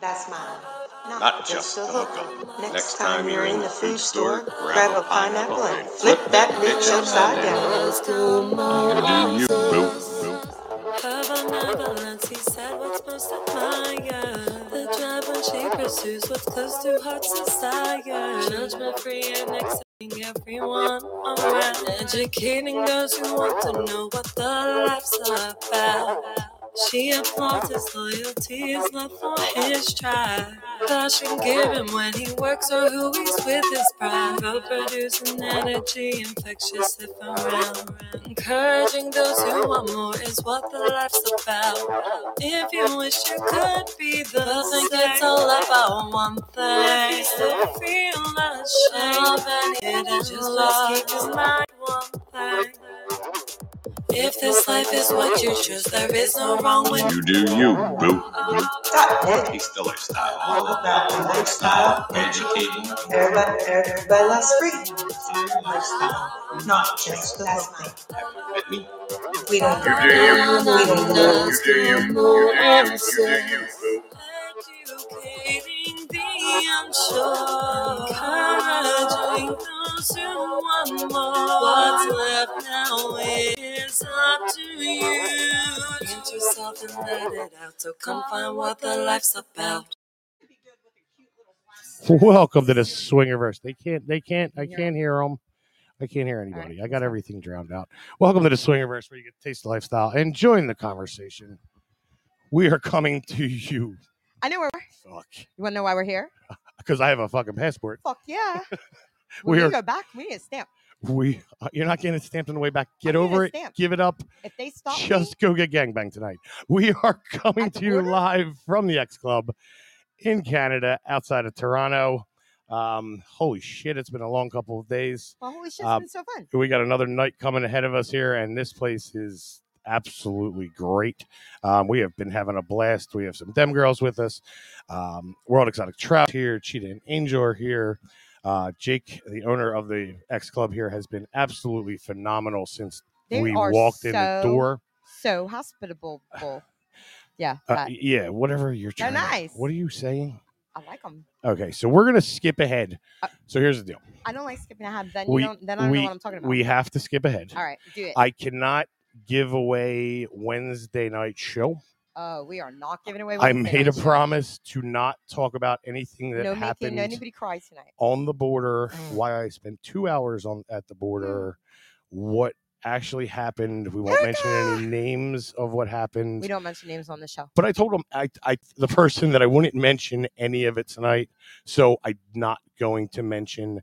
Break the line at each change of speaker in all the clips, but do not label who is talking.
That's mine. Not,
Not
just,
just
a
a
hookup.
hookup.
Next, time you're in the food store, grab a pineapple and flip
flip
that
that
bitch
bitch
upside
upside
down.
You boo.
Her benevolence, he said, what's most admired. The driver she pursues, what's close to heart's desire. Judgment free and accepting everyone around. Educating those who want to know what the life's about. She applauds his loyalty, his love for his tribe. Passion given when he works or who he's with his pride. Co-producing energy, infectious if around. Encouraging those who want more is what the life's about. If you wish you could be the thing that's all about one thing. Still feel ashamed of any hidden just let's keep in mind one thing. If this life is what you choose, there is no wrong with
You do you, boo.
Stop it.
Taste the lifestyle. All about the lifestyle. Educating.
Everybody, everybody loves freedom. Not just the That's mine.
With me.
We don't
You do you.
We don't know.
You do you. You do you. You do you, boo.
Educating the unsure, encouraging those who want more. What's left now is up to you. Plant yourself and let it out. So come find what the life's about.
Welcome to the Swingerverse. They can't. They can't. I can't hear them. I can't hear anybody. I got everything drowned out. Welcome to the Swingerverse, where you get to taste the lifestyle and join the conversation. We are coming to you.
I know where we're.
Fuck,
You want to know why we're here?
because I have a fucking passport.
Fuck yeah.
We
When
are.
we go back, we need a stamp.
We. uh, You're not getting it stamped on the way back.
I
Get
need a
over it.
stamp.
Give it up.
If they stop me,
Just go get gangbang tonight. We are coming
At the
to you
border?
live from the X Club in Canada, outside of Toronto. Um, holy shit! It's been a long couple of days.
well, holy shit, it's
Um,
been so fun.
we got another night coming ahead of us here, and this place is absolutely great. Um, we have been having a blast. We have some Dem girls with us. Um, World Exotic Trout here. Cheetah and Angel are here. Uh, Jake, the owner of the X Club here, has been absolutely phenomenal since
They
we
are
walked
so,
in the door.
so hospitable. bull. Yeah,
Uh,
that-
yeah, whatever you're
They're
trying.
nice.
What are you saying?
I like them.
Okay, so we're gonna skip ahead.
Uh,
So here's the deal.
I don't like skipping ahead. Then
We-
you don't. Then I don't
we-
know what I'm talking about.
We have to skip ahead.
All right, do it.
I cannot give away Wednesday night show.
oh, we are not giving away.
I
Wednesday
made a
night shit.
promise to not talk about anything that
No making Mm.
happened
no anybody cry tonight.
on the border. Why I spent two hours on at the border.
Mm.
What actually happened? We won't mention any names of what happened.
We don't mention names on the show.
but I told him I, I the person that I wouldn't mention any of it tonight. So I'm not going to mention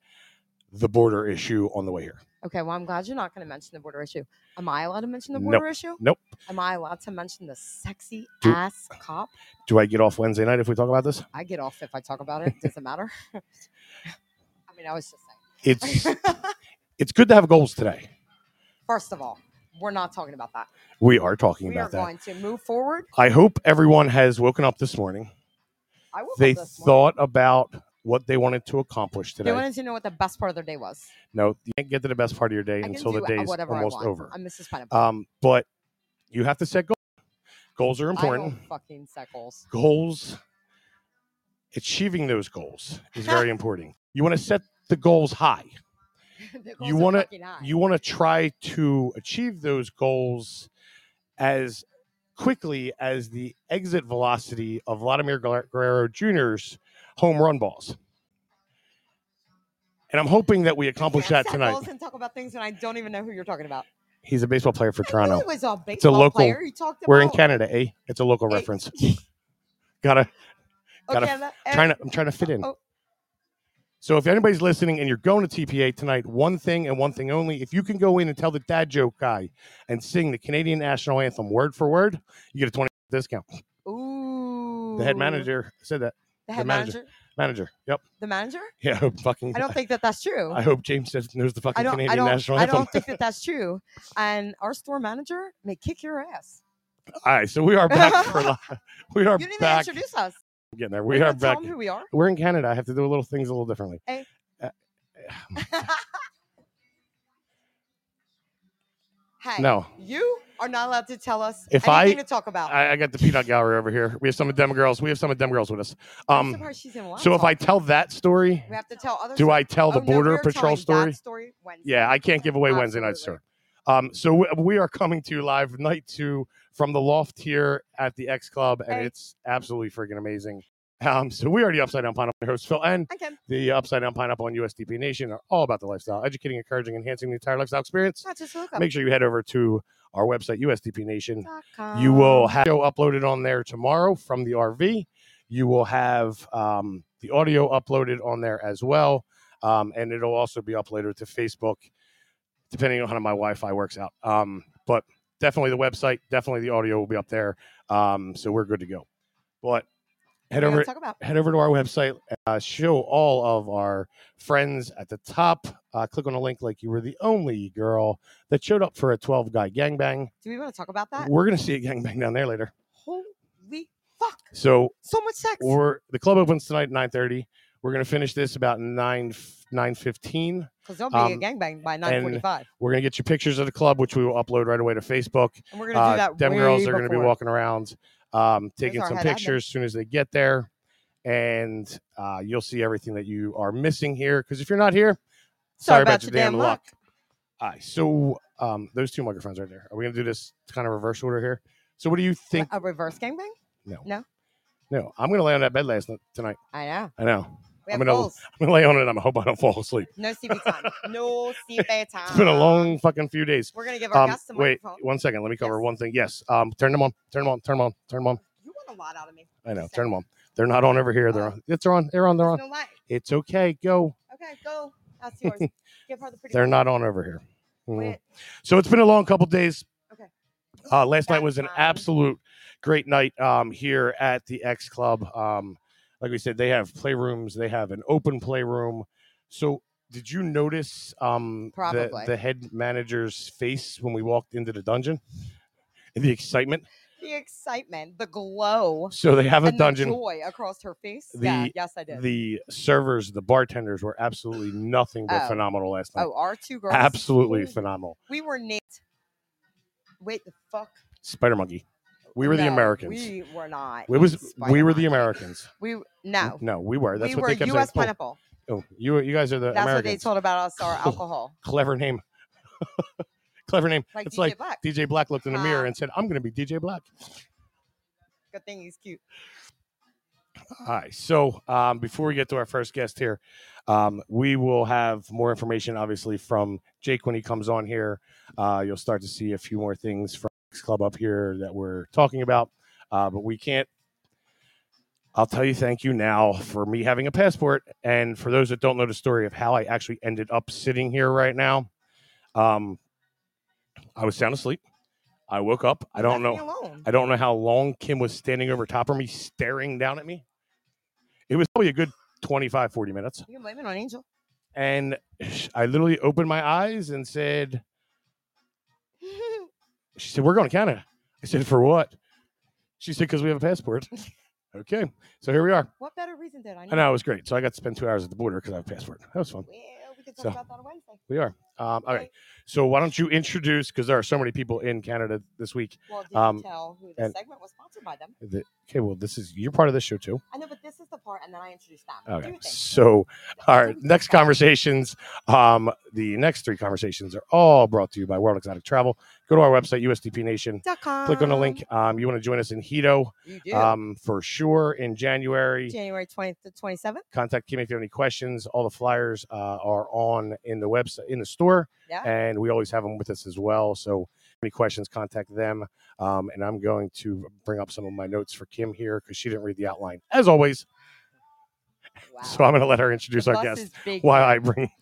the border issue on the way here.
Okay, well, I'm glad you're not going to mention the border issue. Am I allowed to mention the
Nope.
border issue?
Nope.
Am I allowed to mention the sexy
Do-
ass cop?
Do I get off Wednesday night if we talk about this?
I get off if I talk about it. Does it matter? I mean, I was just
It's
saying.
it's good to have goals today.
First of all, we're not talking about that.
We are talking
We are
about that.
going to move forward.
I hope everyone has woken up this morning.
I woke up
They
this morning.
thought about what they wanted to accomplish
They
today.
wanted to know what the best part of their day was.
no, you can't get to the best part of your day
I can
until
do
the day is
whatever I
almost
want.
over.
I'm Mrs. Pineapple.
Um, but you have to set goals. Goals are
I
important.
don't fucking set goals.
Goals, achieving those goals is very important. You want to set the goals high.
The
You
goals are
wanna-
fucking high.
You want to try to achieve those goals as quickly as the exit velocity of Vladimir Guer- Guerrero Jr.'s home run balls. And I'm hoping that we
I
accomplish
can't
that
set
tonight.
Goals and talk about things when I don't even know who you're talking about.
He's a baseball player for
I knew
Toronto.
it was a baseball
local-
player. You talked
We're in
about.
Canada, eh? It's a local
Eh.
reference. Gotta
Oh,
Gotta-
Canada, eh,
trying to I'm trying to fit in.
oh.
So if anybody's listening and you're going to TPA tonight, one thing and one thing only, if you can go in and tell the dad joke guy and sing the Canadian national anthem word for word, you get a 20 discount.
eh, Ooh.
The head manager said that.
The head
the manager.
manager.
Manager. Yep.
The manager?
Yeah, I hope fucking
I don't think that that's true.
I hope James says knows the fucking
I don't.
Canadian
I don't.
national
I
anthem.
don't think that that's true. And our store manager may kick your ass.
All right, so we are back for li- we are
You didn't
back.
even introduce us.
I'm getting there. We
You're
are
gonna tell
back.
'em who we are.
We're in Canada. I have to do little things a little differently.
Hey.
Uh,
Hey,
No.
you are not allowed to tell us
If I-
anything to talk about.
I, I got the peanut gallery over here. We have some of them girls. We have some of them girls with us.
I'm
Um,
surprised she's in
so if I
Wauwatosa.
tell that story,
we have to tell other
do I tell the
Oh, no,
border
we're
patrol
telling that
story?
story Wednesday.
Yeah, I can't give away Wednesday night's story.
Absolutely.
Um, so we, we are coming to you live night two from the loft here at the X Club, and
Hey.
it's absolutely freaking amazing. Um, so we are the Upside Down Pineapple host Phil and
I can.
the Upside Down Pineapple on USDP Nation are all about the lifestyle, educating, encouraging, enhancing the entire lifestyle experience.
Not just look up.
Make sure you head over to our website, USDP Nation.
dot
You will
com.
have show uploaded on there tomorrow from the RV. You will have um, the audio uploaded on there as well, um, and it'll also be uploaded to Facebook, depending on how my Wi-Fi works out. Um, but definitely the website, definitely the audio will be up there, um, so we're good to go. But head
We're gonna
over
Talk about.
head over to our website, uh, show all of our friends at the top. Uh, click on a link like you were the only girl that showed up for a 12 guy gangbang.
Do we want to talk about that?
We're going to see a gangbang down there later.
Holy fuck!
So
So much sex.
we're the club opens tonight at 9.30. We're going to finish this about 9, 9.15.
Because there'll be a
um,
gangbang by nine forty-five,
We're going to get you pictures of the club, which we will upload right away to Facebook.
and we're gonna do
Uh,
that.
them
way
girls are going to be
before.
walking around, um, taking
our
some
head admin.
pictures as soon as they get there, and uh, you'll see everything that you are missing here. Because if you're not here,
Sorry about your damn luck.
Aye. So um, those two microphones right there. Are we going to do this kind of reverse order here? So what do you think?
A reverse gangbang?
No, I'm going to lay on that bed last night, tonight.
I know.
I know.
We
I'm
have
gonna-
goals.
I'm going to lay on it. and I hope I don't fall asleep.
No sleepy time. No sleepy time.
It's been a long fucking few days.
We're gonna give Ah. our
Um,
guests the
wait,
microphone.
one second. Let me cover
Yes.
one thing. Yes. Um, turn them on. Turn them on. Turn them on. Turn them on.
You want a lot out of me.
I know.
Just
Turn
saying.
them on. They're not on over here. They're
Oh.
on. It's on. They're on. They're on.
No light.
It's okay. Go.
Okay, go. That's yours. give her the pretty.
They're
one.
not on over here. Mhm.
Wait.
So it's been a long couple days.
Okay.
Uh, last night
That's
was an
fine.
absolute great night um, here at the X Club. Um, like we said, they have playrooms. They have an open playroom. So did you notice um, the,
Probably.
the head manager's face when we walked into the dungeon? The excitement.
The excitement, the glow,
So they have a
and the
dungeon.
joy across her face. yeah,
The-
yes, I did.
The servers, the bartenders were absolutely nothing but
Oh.
phenomenal last night.
oh, our two girls.
absolutely
Ooh.
phenomenal.
We were named. Wait the fuck.
Spider Monkey. We were the
No,
Americans.
We were not.
It was we
Spider
were the
Monkey.
Americans.
We no.
No, we were. That's
we
what
were
they kept
U.S.
saying.
pineapple.
Oh, oh, you you guys are the
That's what they
Americans.
told about us. Our alcohol,
Clever name. Clever name.
like
it's
DJ
like
Black.
DJ Black looked in the mirror
Ah.
and said, "I'm going to be DJ Black."
Good thing he's cute.
All right. So um, before we get to our first guest here, um, we will have more information, obviously, from Jake when he comes on here. Uh, you'll start to see a few more things from X Club up here that we're talking about, uh, but we can't. I'll tell you thank you now for me having a passport. And for those that don't know the story of how I actually ended up sitting here right now, um, I was sound asleep. I woke up. I
You
don't know.
left me alone.
I don't know how long Kim was standing over top of me, staring down at me. It was probably a good 25, 40 minutes.
You can blame it on Angel.
And I literally opened my eyes and said, She said, We're going to Canada. I said, For what? She said, Because we have a passport. okay. So here we are.
what better reason did I?
And that was great. So I got to spend two hours at the border because I have a passport. That was fun.
Well, we could talk
So-
about that on Wednesday.
We are. Um, all right.
Okay.
So why don't you introduce, because there are so many people in Canada this week.
Well, did
Um,
you tell who the
and-
segment was sponsored by them?
That, okay. Well, this is, you're part of this show too.
I know, but this is the part, and then I introduced them. Do
Okay.
you think?
So,
That's
our
what we
next
talked about.
conversations, um, the next three conversations are all brought to you by World Exotic Travel. Go to our website, USDP Nation.
Dot
Click on the
com.
link. Um, you want to join us in Hito
You do.
um, for sure in January.
January 20th to 27th.
Contact Kim if you have any questions. All the flyers uh, are on in the website in the store,
Yeah.
and we always have them with us as well. So, any questions, contact them. Um, and I'm going to bring up some of my notes for Kim here because she didn't read the outline as always.
Wow.
So I'm going to let her
The
introduce our
bus
guest
is big
why
here.
I bring.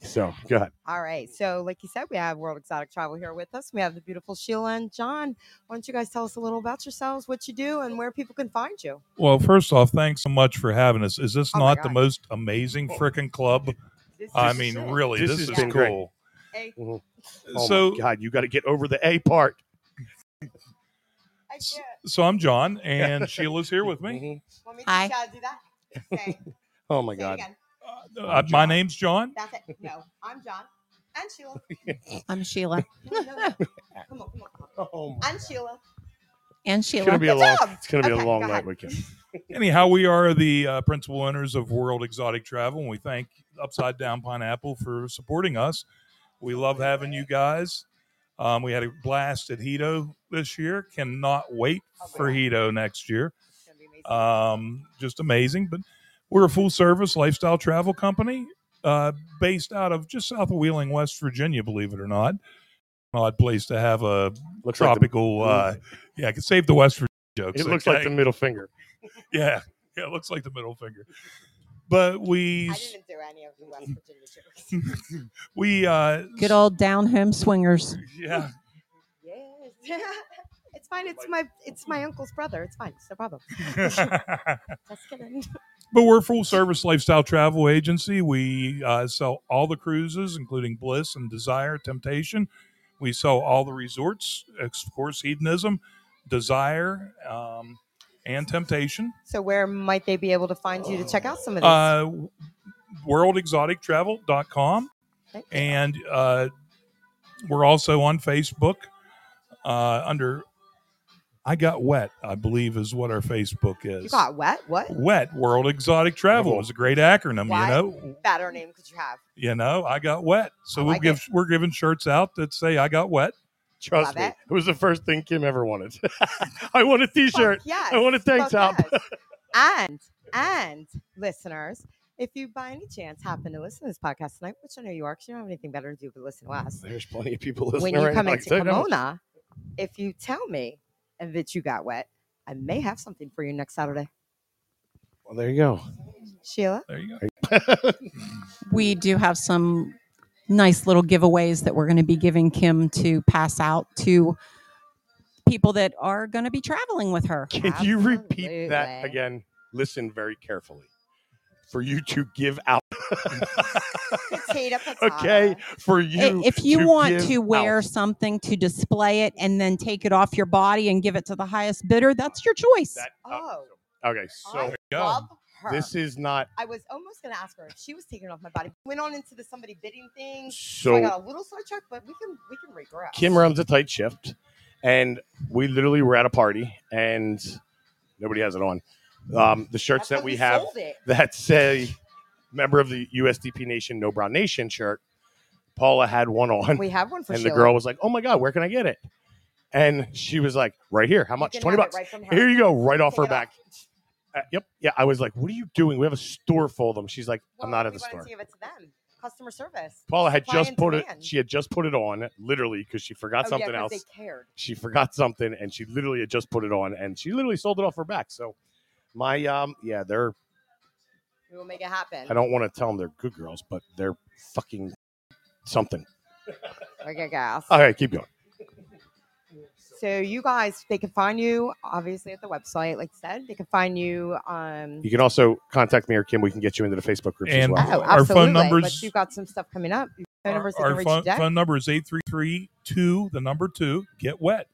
So go ahead.
All right. So, like you said, we have World Exotic Travel here with us. We have the beautiful Sheila and John. Why don't you guys tell us a little about yourselves, what you do, and where people can find you?
Well, first off, thanks so much for having us. Is this
Oh my
not the
God.
most amazing frickin' club?
This
I
is
mean,
it.
really,
This
this,
has
is
been great.
cool.
Hey,
Oh
so,
my God, you got to get over the A part.
I
S-
can't.
so I'm John, and Sheila's here with me.
Mhm.
Want me to
Hi.
shout- do that? Say,
Oh
say
my
it
God.
again. Mm-hmm.
Uh, uh, my name's John.
That's it. No, I'm John. And Sheila.
I'm Sheila
No, no, no. Come on, come on.
Oh my.
And Sheila.
and
It's gonna
Sheila.
be a
Good
long.
job.
It's gonna be
Okay,
a long
go
night
ahead.
weekend.
Anyhow, we are the uh, principal owners of World Exotic Travel, and we thank Upside Down Pineapple for supporting us. We love having you guys. Um, we had a blast at Hito this year. Cannot wait
Oh,
for Hito next year.
It's gonna be amazing.
Um, just amazing. But we're a full service lifestyle travel company uh, based out of just south of Wheeling, West Virginia, believe it or not. Odd place to have a
Looks like the- Mm-hmm.
tropical. uh, yeah, I could save the West Virginia jokes.
it looks like
okay?
the middle finger.
Yeah, yeah, it looks like the middle finger. But we
I didn't do any of the West Virginia jokes.
we uh
Good old down home swingers.
yeah
Yes. it's fine. It's my it's my uncle's brother. It's fine. It's no problem. Just kidding.
but we're a full service lifestyle travel agency. We uh, sell all the cruises, including Bliss and Desire, Temptation. We sell all the resorts, of course, Hedonism, Desire, um, and Temptation.
So where might they be able to find you to check out some of this?
Uh, worldexotictravel.com.
Okay.
And uh, we're also on Facebook uh, under I Got Wet, I believe is what our Facebook is.
you got wet? What
Wet World Exotic Travel is a great
Um,
acronym,
Why?
you know.
better name could you have?
You know, I got wet. So
I
we'll
like
give we're giving shirts out that say I got wet.
Trust
Love
me,
it.
it was the first thing Kim ever wanted. I want a T-shirt.
Yeah.
I want a tank top.
and and listeners, if you by any chance happen to listen to this podcast tonight, which I know you are, because you don't have anything better to do but listen to us.
There's plenty of people listening
when you
right
come
now. I
into
can tell you that much.
Pomona, if you tell me that you got wet, I may have something for you next Saturday.
Well, there you go.
Sheila,
There you go.
We do have some nice little giveaways that we're going to be giving Kim to pass out to people that are going to be traveling with her.
Can you repeat that
Absolutely.
again? Listen very carefully. For you to give out,
potato, potato.
okay? For you,
I- if you
to
want
give
to wear
out.
something to display it and then take it off your body and give it to the highest bidder, that's your choice.
That-
Oh,
okay,
I
so
go.
love her.
Uh, this is not
I was almost gonna ask her if she was taking it off my body. Went on into the somebody bidding thing. So, I
so.
got a little sidetracked, but we can we can regress.
Kim runs a tight shift, and we literally were at a party, and nobody has it on. Um, the shirts
That's
that
when
we, have
sold it.
that say "Member of the USDP Nation, No Brown Nation" shirt, Paula had one on.
We have one for
and
Sheila.
the girl was like, "Oh my god, where can I get it?" And she was like, "Right here. How
You
much?
can
Twenty
have it
bucks.
right from her.
Here you go, right off
Take
her
it
back." Uh, yep. Yeah. I was like, "What are you doing? We have a store full of them." She's like, "I'm
Well,
not at
we
the
wanted
store."
To give it to them. Customer service.
Paula had
Supply
just
and
put it.
demand.
She had just put it on, literally, because she forgot
Oh,
something
yeah, 'cause
else.
They cared.
She forgot something, and she literally had just put it on, and she literally sold it off her back. So, my um, yeah, they're.
We will make it happen.
I don't want to tell them they're good girls, but they're fucking something.
Okay, girls.
All right, keep going.
So you guys, they can find you obviously at the website, like I said. They can find you on.
You can also contact me or Kim. We can get you into the Facebook group as
And-
well.
Oh,
Our phone
absolutely.
numbers-
But you've got some stuff coming up. Your Phone
Our,
numbers. they
our
can reach you
phone,
Jack?
phone number is 833-2, the number 2, get wet.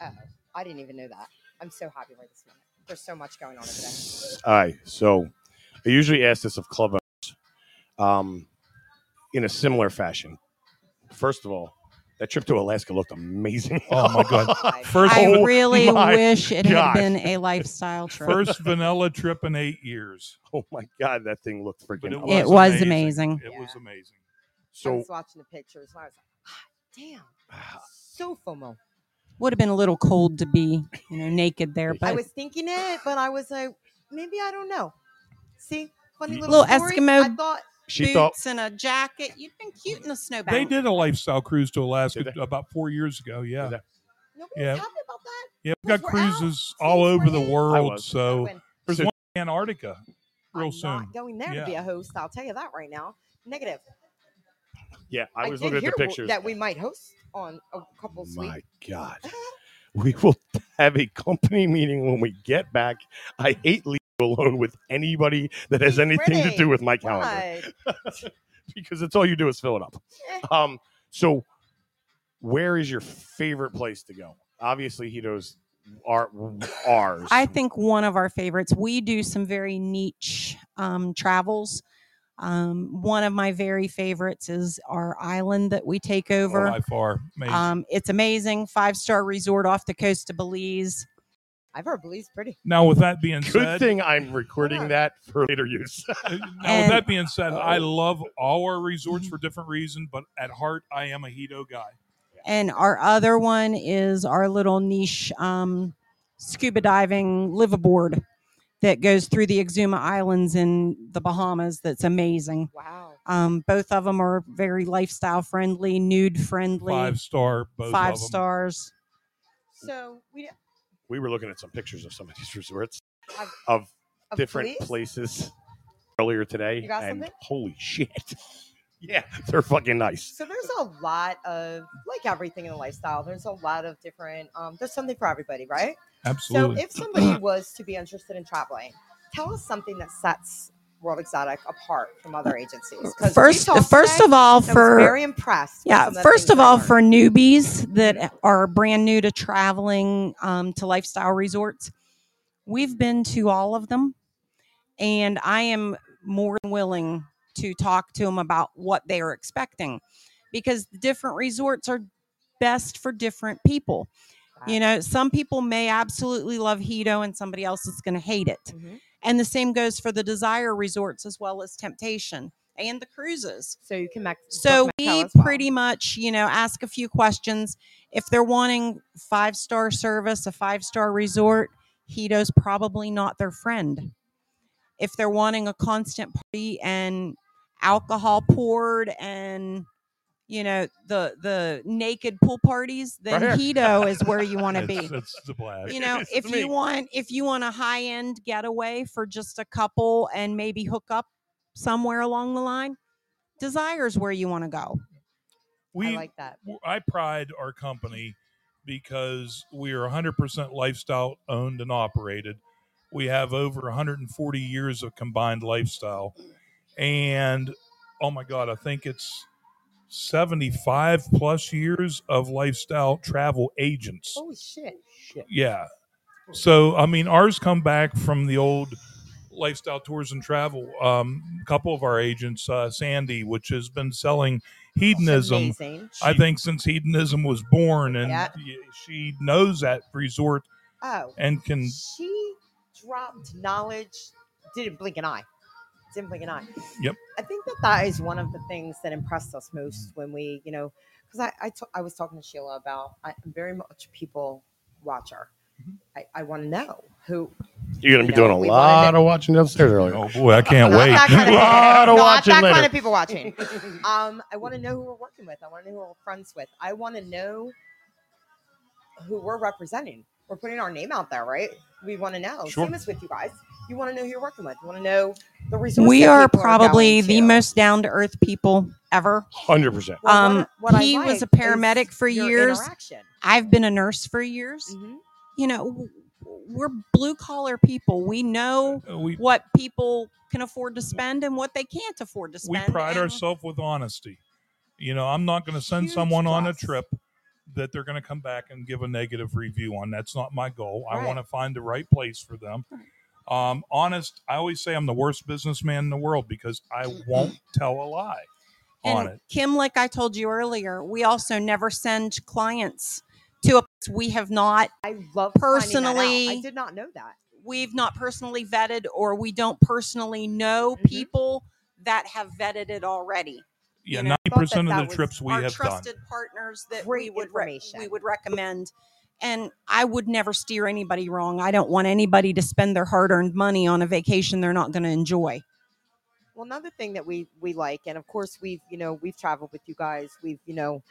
Oh, I didn't even know that. I'm so happy right this minute. There's so much going on over there.
All right. So I usually ask this of club owners um, in a similar fashion. First of all, that trip to Alaska looked amazing.
Oh my god. First
I
Oh
really
my
wish it
gosh.
had been a lifestyle trip.
first vanilla trip in 8 years.
oh my God, that thing looked freaking
was- It
awesome.
was amazing.
It
Yeah.
was amazing.
I
So
was watching the pictures and I was like, "Ah,
Uh,
damn, so FOMO.
Would have been a little cold to be, you know, naked there,
I
but
was thinking it, but I was like, maybe I don't know. See, funny
Mm.
little,
Little
story, I
Eskimo-
thought
she
boots
thought,
and a jacket. You've been cute in a snowbank.
They did a lifestyle cruise to Alaska
Did they?
about 4 years ago, yeah.
Did
nobody
Yeah.
was happy about that.
Yeah, we've
Because
got
we're out.
cruises
See,
all
we're
over the
in. I
world,
was.
so
When
there's
So-
one in Antarctica Oh, real
I'm
soon.
Not going there
Yeah.
to be a host. I'll tell you that right now. Negative.
yeah, I was
did
looking at the
hear w-
pictures.
that we might host on a couple's
my
week.
God. We will have a company meeting when we get back. I hate leaving alone with anybody that has
Be
anything to
ready.
do with my calendar.
Why?
because it's all you do is fill it up.
Eh.
Um, so where is your favorite place to go? Obviously, Hito's are ours.
I think one of our favorites. We do some very niche um, travels. Um, one of my very favorites is our island that we take over.
Oh, by far. Amazing.
um, it's amazing. Five star resort off the coast of Belize.
I've heard Belize pretty.
now, with that being
Good
said,
thing I'm recording that for later use.
Uh, Now, with
And-
that being said, I love all our resorts for different reasons, but at heart, I am a Hito guy.
And our other one is our little niche um, scuba diving liveaboard that goes through the Exuma Islands in the Bahamas. That's amazing.
Wow.
Um, both of them are very lifestyle friendly, nude friendly,
Five star, both
five
of 'em.
stars.
So we
We were looking at some pictures of some of these resorts
Of-
of
of
different
Belize?
places earlier today.
You got
and
something?
holy shit. Yeah, they're fucking nice.
So there's a lot of like everything in the lifestyle. There's a lot of different. Um, there's something for everybody, right?
Absolutely.
So if somebody was to be interested in traveling, tell us something that sets World Exotic apart from other agencies. 'Cause we
First,
talked
first
today,
of all,
and I was
for
very impressed. with
Yeah.
some the
First
things
of
I
all,
learned.
for newbies that are brand new to traveling um, to lifestyle resorts, we've been to all of them. And I am more than willing to talk to them about what they are expecting because the different resorts are best for different people. You know, some people may absolutely love Hito and somebody else is going to hate it.
Mhm.
And the same goes for the Desire resorts as well as Temptation and the cruises.
so you can make
So we pretty much, you know, ask a few questions. If they're wanting five star service, a five star resort, Hito's probably not their friend. If they're wanting a constant party and alcohol poured and you know the the naked pool parties, then
Right here.
Hito is where you want to
It's-
be.
It's the blast.
You know,
It's
if
me.
you want if you want a high end getaway for just a couple and maybe hook up somewhere along the line, Desire's where you want to go.
I
We,
like that.
w- I pride our company because we are 100% lifestyle owned and operated. We have over 140 years of combined lifestyle. And oh my God, I think it's 75 plus years of lifestyle travel agents.
Holy shit!
Yeah. So, I mean, ours come back from the old lifestyle tours and travel. Um, a couple of our agents, uh, Sandy, which has been selling
It's
hedonism
amazing.
I think since hedonism was born, and
Yeah.
y- she knows that resort
Oh,
and can.
she dropped knowledge didn't blink an eye didn't blink an eye
Yep. Mm.
i think that that is one of the things that impressed us most when we you know because I I to- I was talking to sheila about i'm very much a people watcher
Mm-hmm.
i, I want to know who
You're going to be
No,
doing a
we wanted
lot
to-
of watching upstairs earlier.
Oh boy, I can't
Not
wait.
that kind of,
Lot of
not
watching
that
later.
kind of people watching um i want to know who we're working with i want to know who we're friends with i want to know who we're representing we're putting our name out there right we want to know
Sure.
same as with you guys you want to know who you're working with you want to know the resources
we
that
are
people
probably
going
the
to.
most down to earth people ever.
100%.
Well, what-
um,
what I
he was a
like is
paramedic for
your
years.
interaction.
I've been a nurse for years.
Mhm.
You know, w- we're blue collar people. We know
Uh, We
what people can afford to spend and what they can't afford to
we
spend.
pride
and-
ourselves with honesty. You know, I'm not going to send
Huge
someone on a
plus.
trip that they're going to come back and give a negative review on. That's not my goal. I
Right.
want to find the right place for them. Um, honest, I always say I'm the worst businessman in the world because I won't tell a lie on
And
it.
Kim, like I told you earlier, we also never send clients to a place we have not
I love finding that out. I
Personally-
did not know that.
we've not personally vetted or we don't personally know
Mm-hmm.
Mhm.
people that have vetted it already.
Yeah,
you know,
ninety
I thought that
percent
that
of the
was
trips we
our
have done.
trusted partners that we
Great
would re- we
information.
would recommend. And I would never steer anybody wrong. I don't want anybody to spend their hard-earned money on a vacation they're not going to enjoy.
Well, another thing that we we like, and of course we've you know we've traveled with you guys. We've you know,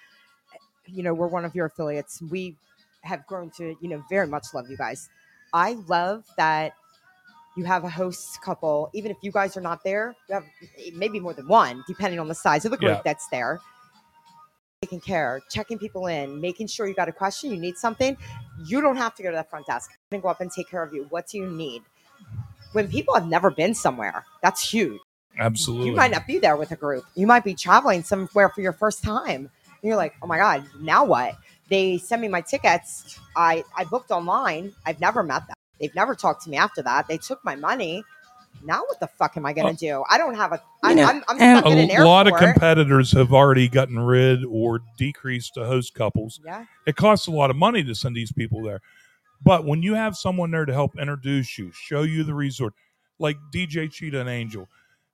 eh, you know we're one of your affiliates. We have grown to you know very much love you guys. I love that you have a host couple, even if you guys are not there. You have eh, maybe more than one, depending on the size of the group
Yeah.
that's there. Taking care, checking people in, making sure you got a question, you need something. You don't have to go to that front desk. I can go up and take care of you. What do you need? When people have never been somewhere, that's huge
Absolutely.
you might not be there with a group. You might be traveling somewhere for your first time. And you're like, oh my God, now what? They send me my tickets. I, I booked online. I've never met them. They've never talked to me after that. They took my money. now what the fuck am I going to do? I don't have a. I,
You know,
I'm, I'm
and-
stuck in an
Oh. A
airport.
lot of competitors have already gotten rid or decreased to host couples.
yeah,
It costs a lot of money to send these people there. But when you have someone there to help introduce you, show you the resort, like DJ Cheetah and Angel,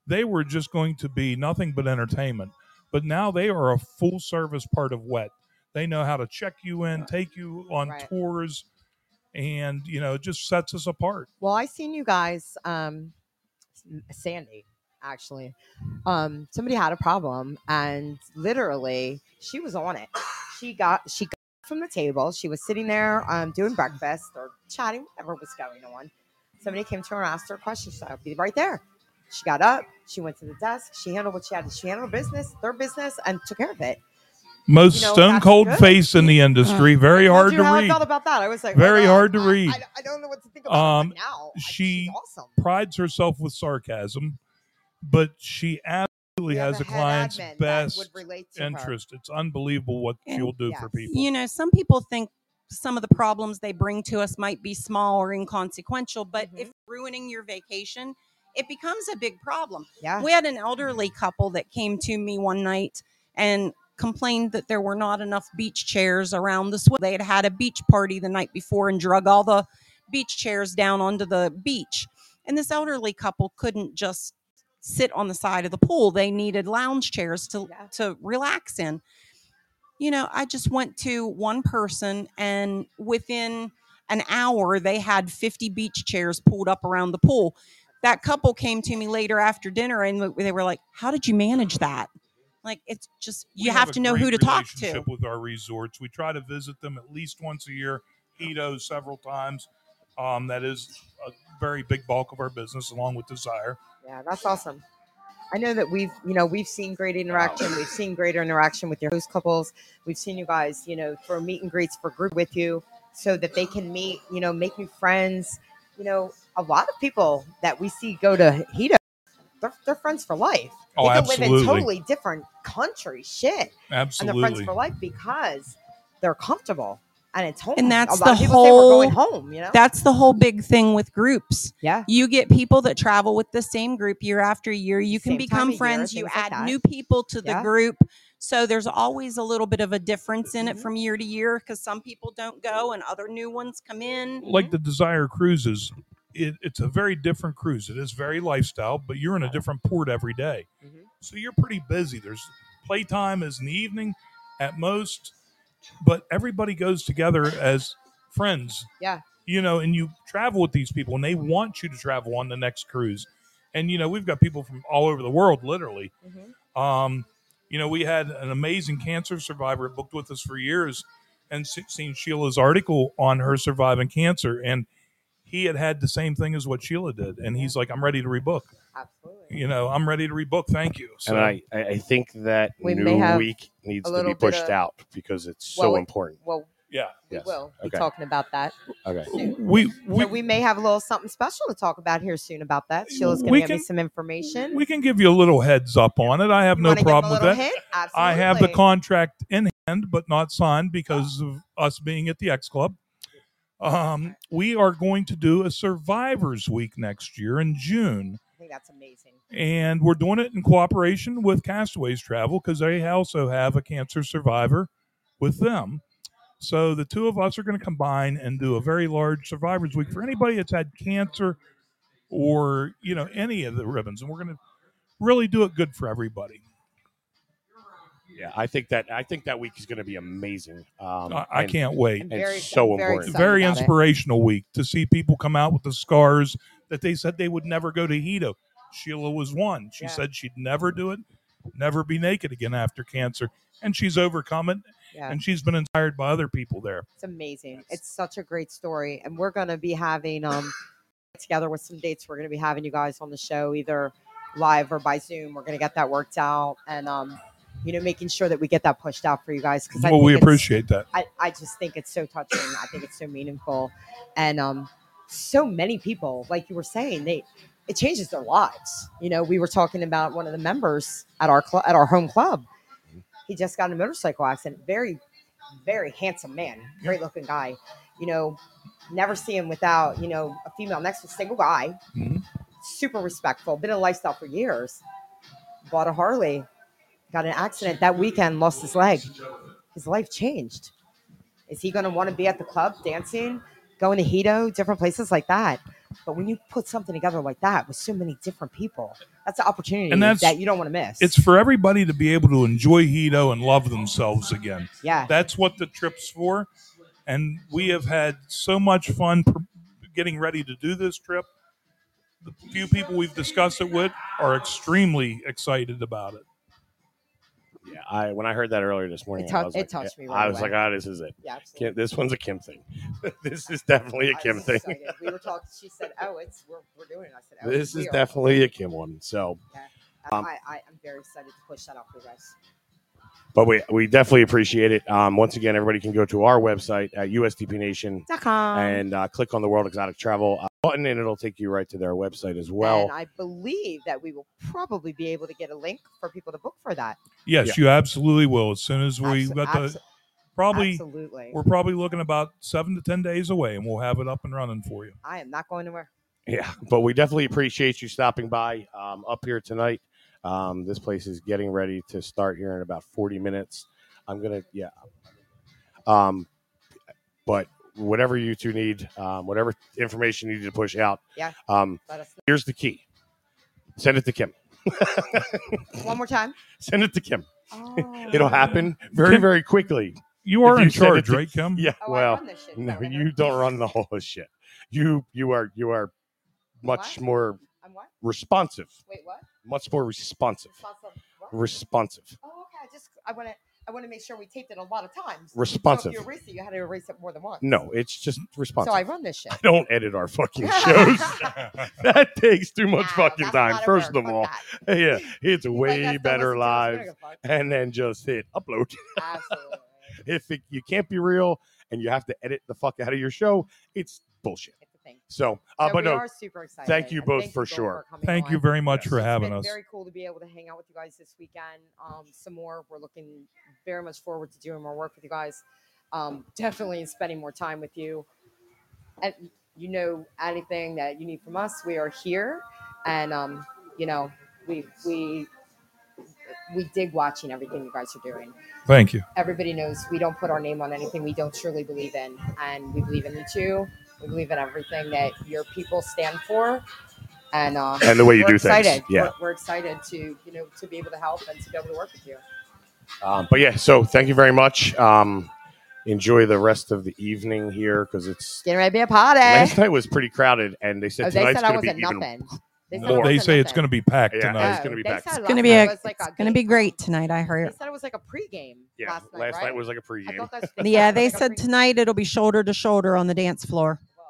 they were just going to be nothing but entertainment. But now they are a full service part of WET. They know how to check you in, take you on
Right.
tours, and you know, it just sets us apart.
Well, I seen you guys, um, Sandy, actually. Um, somebody had a problem, and literally, she was on it. She got she got from the table. She was sitting there, um, doing breakfast or chatting, whatever was going on. Somebody came to her and asked her a question. She said, "I'll be right there." She got up. She went to the desk. She handled what she had. to- She handled her business, their business, and took care of it.
Most
You know,
stone
that's
cold
good.
face in the industry, very
I told
hard
you
to
how I
read.
felt about that. I was like,
Very
"Oh, no,
hard to
I-
read."
I, I don't know what to think about um,
Um,
right now. I-
she-
she's awesome.
Prides herself with sarcasm, but she absolutely
We have
has a
head
client's
admin that
best
would relate to her.
interest. It's unbelievable what
Yeah.
she'll do for
Yes.
people.
You know, some people think some of the problems they bring to us might be small or inconsequential, but
Mhm.
if ruining your vacation, it becomes a big problem.
Yeah.
We had an elderly couple that came to me one night and complained that there were not enough beach chairs around the swim. They had had a beach party the night before and drug all the beach chairs down onto the beach. And this elderly couple couldn't just sit on the side of the pool. They needed lounge chairs to
Yeah.
to relax in. You know, I just went to one person and within an hour they had 50 beach chairs pulled up around the pool that couple came to me later after dinner and they were like, "How did you manage that?" Like it's just
We
you have,
a
to know who
great
to talk
relationship
to.
With our resorts, we try to visit them at least once a year. Edo several times. Um, that is a very big bulk of our business, along with Desire.
Yeah, that's awesome. I know that we've, you know, we've seen great interaction. We've seen greater interaction with your host couples. We've seen you guys, you know, throw meet and greets for group with you so that they can meet, you know, make new friends. You know, a lot of people that we see go to Hito, they're, they're friends for life.
Oh,
they can live
absolutely,
in totally different countries, shit. And they're friends
absolutely.
for life because they're comfortable and it's home.
And that's
a lot
the
of people say we're going
whole-
home, you know?
That's the whole big thing with groups.
yeah.
You get people that travel with the same group year after year. You can
Same time of
become
year,
friends. you
things like
add
that.
new people to the
Yeah.
group. So there's always a little bit of a difference in it
Mhm.
from year to year because some people don't go and other new ones come in.
like the Desire Cruises, it, it's a very different cruise. It is very lifestyle, but you're in a different port every day.
Mhm.
So you're pretty busy. There's playtime is in the evening at most, but everybody goes together as friends.
Yeah.
You know, and you travel with these people and they want you to travel on the next cruise. And you know, we've got people from all over the world literally
Mm-hmm.
Mhm.
um, you know, we had an amazing cancer survivor booked with us for years and se- seen Sheila's article on her surviving cancer. And he had had the same thing as what Sheila did. And he's like, I'm ready to rebook.
Absolutely.
You know, I'm ready to rebook. Thank you. So,
and I, I I think that
We may
new
have
week needs to
little
be
bit
pushed
of-
out because it's so
Well,
important.
Well,
yeah.
we
Yes.
will be
Okay.
talking about that.
Okay.
We,
We,
we,
so we may have a little something special to talk about here soon about that. Sheila's going
We
to give me
can-
some information.
we can give you a little heads up on it. I have
You
no
wanna give
problem
a
with
little
that.
Hint? Absolutely.
I have the contract in hand, but not signed because of us being at the X Club. Um, we are going to do a Survivors Week next year in June,
I think that's amazing.
and we're doing it in cooperation with Castaways Travel because they also have a cancer survivor with them. So the two of us are going to combine and do a very large Survivors Week for anybody that's had cancer or you know any of the ribbons, and we're going to really do it good for everybody.
Yeah, I think that I think that week is going to be amazing. Um,
I, I
and-
can't wait.
I'm
It's
very,
so
I'm very
important.
excited
very
about it.
inspirational week to see people come out with the scars that they said they would never go to Hito. Sheila was one. She
Yeah.
said she'd never do it, never be naked again after cancer. And she's overcome it
Yeah,
and she's been inspired by other people there.
it's amazing. It's such a great story, and we're going to be having um get together with some dates. We're going to be having you guys on the show either live or by Zoom. We're going to get that worked out, and um, you know, making sure that we get that pushed out for you guys because
Well, we appreciate that.
I, I just think it's so touching. I think it's so meaningful. And um, so many people, like you were saying, they it changes their lives. You know, we were talking about one of the members at our club at our home club. He just got in a motorcycle accident. Very, very handsome man, great looking guy. You know, never see him without, you know, a female next to a single guy.
Mhm.
super respectful, been in lifestyle for years. Bought a Harley, got in an accident that weekend, lost his leg. His life changed. Is he going to want to be at the club dancing, going to Hito, different places like that? But when you put something together like that with so many different people, that's an opportunity
And that's-
that you don't want to miss.
It's for everybody to be able to enjoy Hito and love themselves again.
yeah,
That's what the trip's for. And we have had so much fun pr- getting ready to do this trip. The few people we've discussed it with are extremely excited about it.
Yeah, I when I heard that earlier this morning,
It tou-
I was
it
like,
touched
I
me right
was
away.
like, ah, this is it.
yeah,
Kim,
absolutely.
this one's a Kim thing. this is definitely a
I
Kim
was
thing.
excited. We were talking. She said, "Oh, it's we're, we're doing it." I said, "Oh,
This is
we are."
definitely a Kim one. So, um,
I, I, I'm very excited to push that out for you guys.
but we we definitely appreciate it. Um, once again, everybody can go to our website at USDP Nation
Um,
and uh, click on the World Exotic Travel uh, button, and it'll take you right to their website as well.
and I believe that we will probably be able to get a link for people to book for that.
Yes,
Yeah.
you absolutely will. As soon as we
Abso-
got
abso-
the probably
absolutely.
we're probably looking about seven to ten days away, and we'll have it up and running for you.
I am not going anywhere.
Yeah, but we definitely appreciate you stopping by um, up here tonight. Um, this place is getting ready to start here in about 40 minutes. I'm going to, yeah. Um, but whatever you two need, um, whatever information you need to push out,
Yeah.
um,
Let us
here's the key send it to Kim.
one more time.
Send it to Kim.
Oh,
It'll happen very,
Kim-
very quickly.
You are
If you
in
said
charge,
it to-
right, Kim?
Yeah,
Oh, I
well,
run this shit.
no,
Sorry, I
you don't run the whole shit. You you are you are much
What?
more
I'm what?
responsive,
Wait, what?
much more responsive.
Responsive. What?
responsive.
oh, okay. I just I want to I want to make sure we taped it a lot of times. So
Responsive.
if you erase it, you had to erase it more than once.
No, it's just
So
responsive.
I run this shit.
I don't edit our fucking shows. that takes too much
No,
fucking
that's a
time.
lot
First
work.
of
Fuck
all,
that.
yeah, it's
Like,
way
that's the
better
listen to
live.
us. We don't give a
And then just hit upload.
fuck. Absolutely.
if it, you can't be real and you have to edit the fuck out of your show, it's bullshit.
It's a thing.
So, uh,
So
but
we
no,
are super excited.
thank you
and
both for
both
sure.
coming
Thank you
on.
very much
Yes.
for
It's
having
been
us.
Very cool to be able to hang out with you guys this weekend. Um, some more. We're looking very much forward to doing more work with you guys. Um, definitely spending more time with you. And you know, anything that you need from us, we are here. And um, you know, we we we dig watching everything you guys are doing.
Thank you.
Everybody knows we don't put our name on anything we don't truly believe in, and we believe in you too. We believe in everything that your people stand for and uh,
And the way you
we're
do things,
excited.
yeah.
we're, we're excited to you know to be able to help and to be able to work with you.
um, but yeah, so thank you very much. Um, enjoy the rest of the evening here because it's
Getting ready to be a party.
last night was pretty crowded and they said
Eh. Oh, they
tonight's
said I
going to be
wasn't
even
nothing. They, said I
More.
They
wasn't
say it's going
nothing. Oh,
to be packed
Yeah,
tonight.
it's gonna be
they
packed.
said
It's gonna
last
be
night
a,
was like
it's
a
gonna be
game-
great tonight. I heard.
They said it was like a pregame.
Yeah,
last night, right?
was like a
I
pregame.
thought that's
Yeah,
it
they
was like a
said
pregame.
tonight it'll be shoulder to shoulder on the dance floor
Well,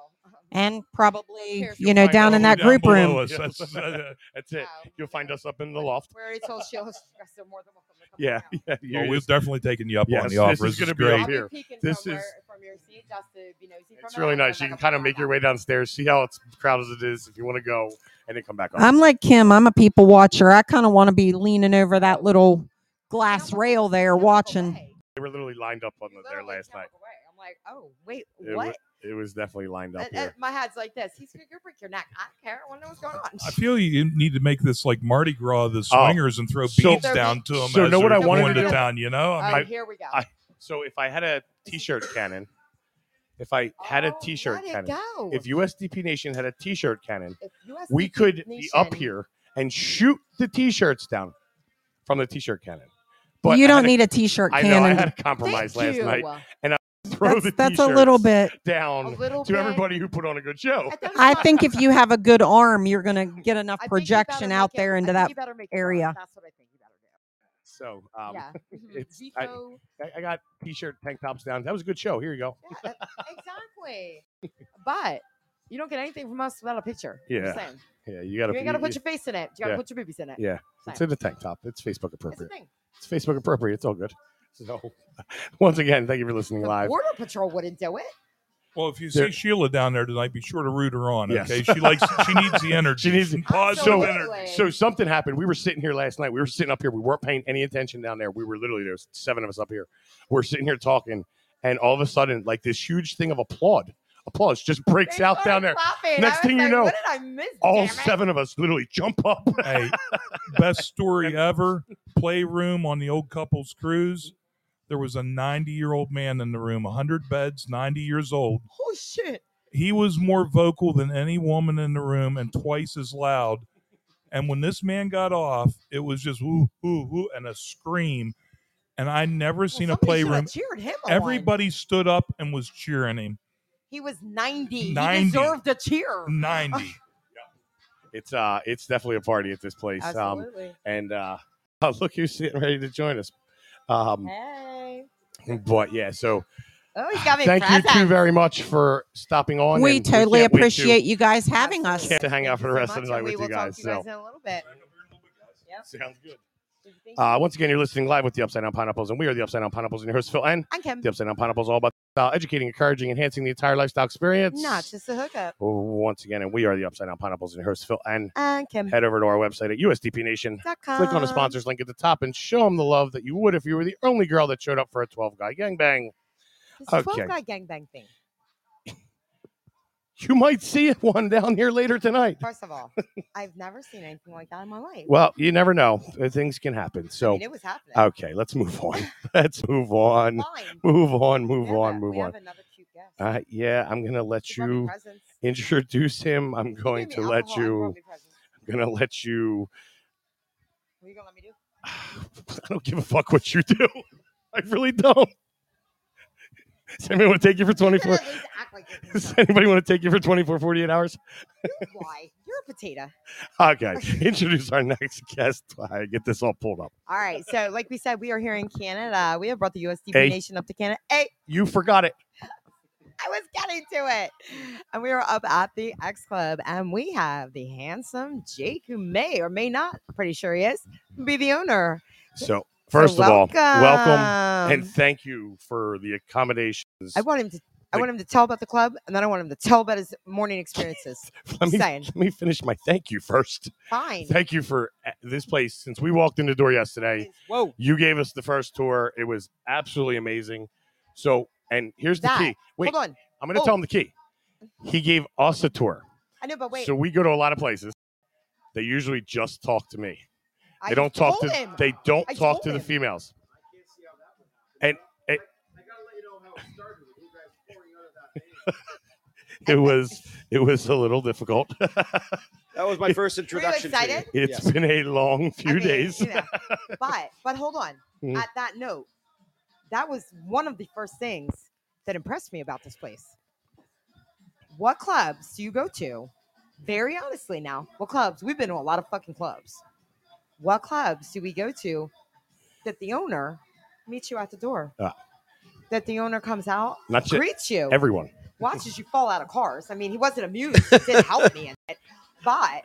and
Who
probably
cares?
you know
Right,
down in
only
that group
below
room.
us. That's- uh,
That's it.
wow.
You'll find us up in the loft.
We already told Sheila she's got more than welcome to come
Yeah,
down.
yeah.
well,
you're
we're
just-
Oh, definitely taking you up
Yes,
on
this
the offer.
is
This,
gonna
is
be up
great.
I'll
here.
be peeking
This
from, where,
is-
from your seat just to be nosy.
it's
from
really
it. I'm
nice. You can
like, oh,
kind of
wow.
make your way downstairs, see how it's crowded it is if you want to go, and then come back up.
I'm like Kim. I'm a people watcher. I kind of want to be leaning over that little
You
glass
don't
rail
walk
there
away.
watching.
they were literally lined up on
You
the, there
literally
last
can't
night.
walk away. I'm like, oh wait,
It,
what?
wa- it was definitely lined up
And- and
here.
my head's like this. He's gonna go break your neck. I don't care. I want to know what's going on.
I feel you need to make this like Mardi Gras, the
Oh,
swingers, and throw
so-
beads down to them.
so
as
know what
they're
I wanted
going
to do?
town, you know? I
oh,
mean,
here we go.
I So if I had a T-shirt cannon, if I had a
Oh,
T-shirt
let it
cannon,
go.
if USDP Nation had a T-shirt cannon,
If US
we could be up
Nation-
here and shoot the T-shirts down from the T-shirt cannon.
you
I
don't
had a-
need a t-shirt
I know
cannon.
I had a
Thank
compromise last
you.
night. Throw
that's
the
that's a little
t-shirts
bit.
A
down
little
to
bit.
everybody who put on a good show.
I, thought it was
I
fun.
think if you have a good arm, you're gonna get enough
I think you
projection
better
out
make it-
there
I
into
think
that.
you better make it fun.
area.
That's what I think you better do.
So um,
yeah.
it's-
Mhm.
I-
Veto.
I, I got t-shirt tank tops down. That was a good show. Here you go.
Yeah, uh, exactly. But you don't get anything from us without a picture. I'm just
Yeah.
saying.
Yeah, you got to.
You ain't gotta put your face in it. You gotta
Yeah.
put your boobies in it.
Yeah.
Same.
It's in a tank top. It's Facebook
It's a
appropriate.
thing.
It's Facebook appropriate. It's all good. So once again, thank you for listening
The
live.
Border Patrol wouldn't do it.
Well, if you see
There-
Sheila down there tonight, be sure to root her on.
Yes.
Okay, she likes, she needs the energy.
She needs the-
positive
So-
energy.
So something happened. We were sitting here last night. We were sitting up here. We weren't paying any attention down there. We were literally there was seven of us up here. We're sitting here talking, and all of a sudden, like this huge thing of applaud applause just breaks
They
out
started
down there.
clapping.
Next
I
thing you
was like,
know,
what did I miss?
All
damn it?
seven of us literally jump up.
hey, best story ever. Playroom on the old couple's cruise. There was a 90 year old man in the room, 100 beds, 90 years old.
Oh shit!
He was more vocal than any woman in the room and twice as loud. And when this man got off, it was just woo, woo, woo, and a scream. And I never
Well,
seen a
somebody should have
playroom.
Cheered him. on.
Everybody stood up and was cheering him.
He was ninety.
90.
He deserved a cheer.
90.
It's uh, it's definitely a party at this place. Um,
Absolutely.
and uh, look who's sitting ready to join us. Um,
hey.
but yeah, so
Oh, he got me.
thank you two
presents.
very much for stopping on.
we
and Oh,
totally
can't wait to-
appreciate you guys having us.
Can't to hang
Thank
out for
you
the
so
rest of
much,
the night
and we
with you
will
guys.
Talk to you guys
So
in a little bit. Yep.
sounds good.
Thank you.
Uh, once again, you're listening live with the Upside Down Pineapples, and we are the Upside Down Pineapples in your host, Phil, and
I'm Kim.
the Upside Down Pineapples, all about style, educating, encouraging, enhancing the entire lifestyle experience.
Not just a hookup.
Once again, and we are the Upside Down Pineapples in your host, Phil, and
I'm Kim.
head over to our website at USDP Nation.
Dot com.
Click on the sponsors link at the top and show them the love that you would if you were the only girl that showed up for a 12 guy gangbang.
This 12
Okay.
guy gangbang thing.
You might see one down here later tonight.
First of all, I've never seen anything like that in my life.
Well, you never know. Things can happen.
I
So,
mean, it was happening.
okay, let's move on. Let's move on.
Fine.
Move on. Move
Yeah,
on. Move
we
on.
Have another cute guest.
Uh, yeah, I'm gonna let
She brought me
you
presents. She
introduce him. I'm going
gave
to
me
let
alcohol and brought
you.
me presents.
I'm gonna let you.
What are you gonna let me do?
I don't give a fuck what you do. I really don't. Does anyone want to take you for
You
24?
better at least act like you're
Does
concerned.
anybody want to take you for 24, 48 hours?
Why? You're a potato.
Okay. Introduce our next guest. I get this all pulled up.
All right. So, like we said, we are here in Canada. We have brought the USDP
Hey.
Nation up to Canada. Hey,
You forgot it.
I was getting to it. And we are up at the X Club, and we have the handsome Jake, who may or may not, pretty sure he is, be the owner.
So
So
first of all, welcome and
welcome.
thank you for the accommodations.
I want him to. I
Like-
want him to tell about the club, and then I want him to tell about his morning experiences.
Let me,
saying.
let me finish my thank you first.
Fine.
Thank you for uh, this place. Since we walked in the door yesterday,
Whoa.
You gave us the first tour. It was absolutely amazing. So, and here's
That-
the key. Wait,
Hold on.
I'm going to
oh.
tell him the key. He gave us a tour.
I know, but Oh, wait.
So we go to a lot of places. They usually just talk to me.
I
They don't
just
talk to
told him.
they don't
I
talk
told
to the
him.
females. And eh, it, it was it was a little difficult.
That was my first
Were you
introduction. to
excited?
It's
Yes.
been a long
I
few
mean,
days.
you know, but but hold on.
Mhm.
At that note, that was one of the first things that impressed me about this place. What clubs do you go to? Very honestly, now, what clubs? We've been to a lot of fucking clubs. What clubs do we go to that the owner meets you at the door?
Ah.
that the owner comes out,
Not shit.
greets you,
Everyone.
watches you fall out of cars. I mean, he wasn't amused. He did help me in it, but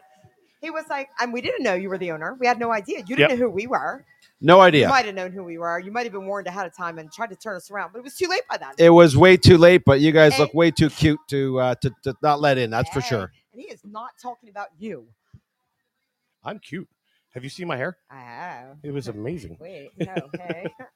he was like, and we didn't know you were the owner. We had no idea. You
Yep.
didn't know who we were.
No
You
idea.
might have known who we were. You might have been warned ahead of time and tried to turn us around, but it was too late by then.
It was way too late, but you guys
Hey.
look way too cute to uh, to, to not let in. That's for
Hey,
sure.
And he is not talking about you.
I'm cute. Have you seen my hair?
Oh,
It was amazing.
wait, no, hey.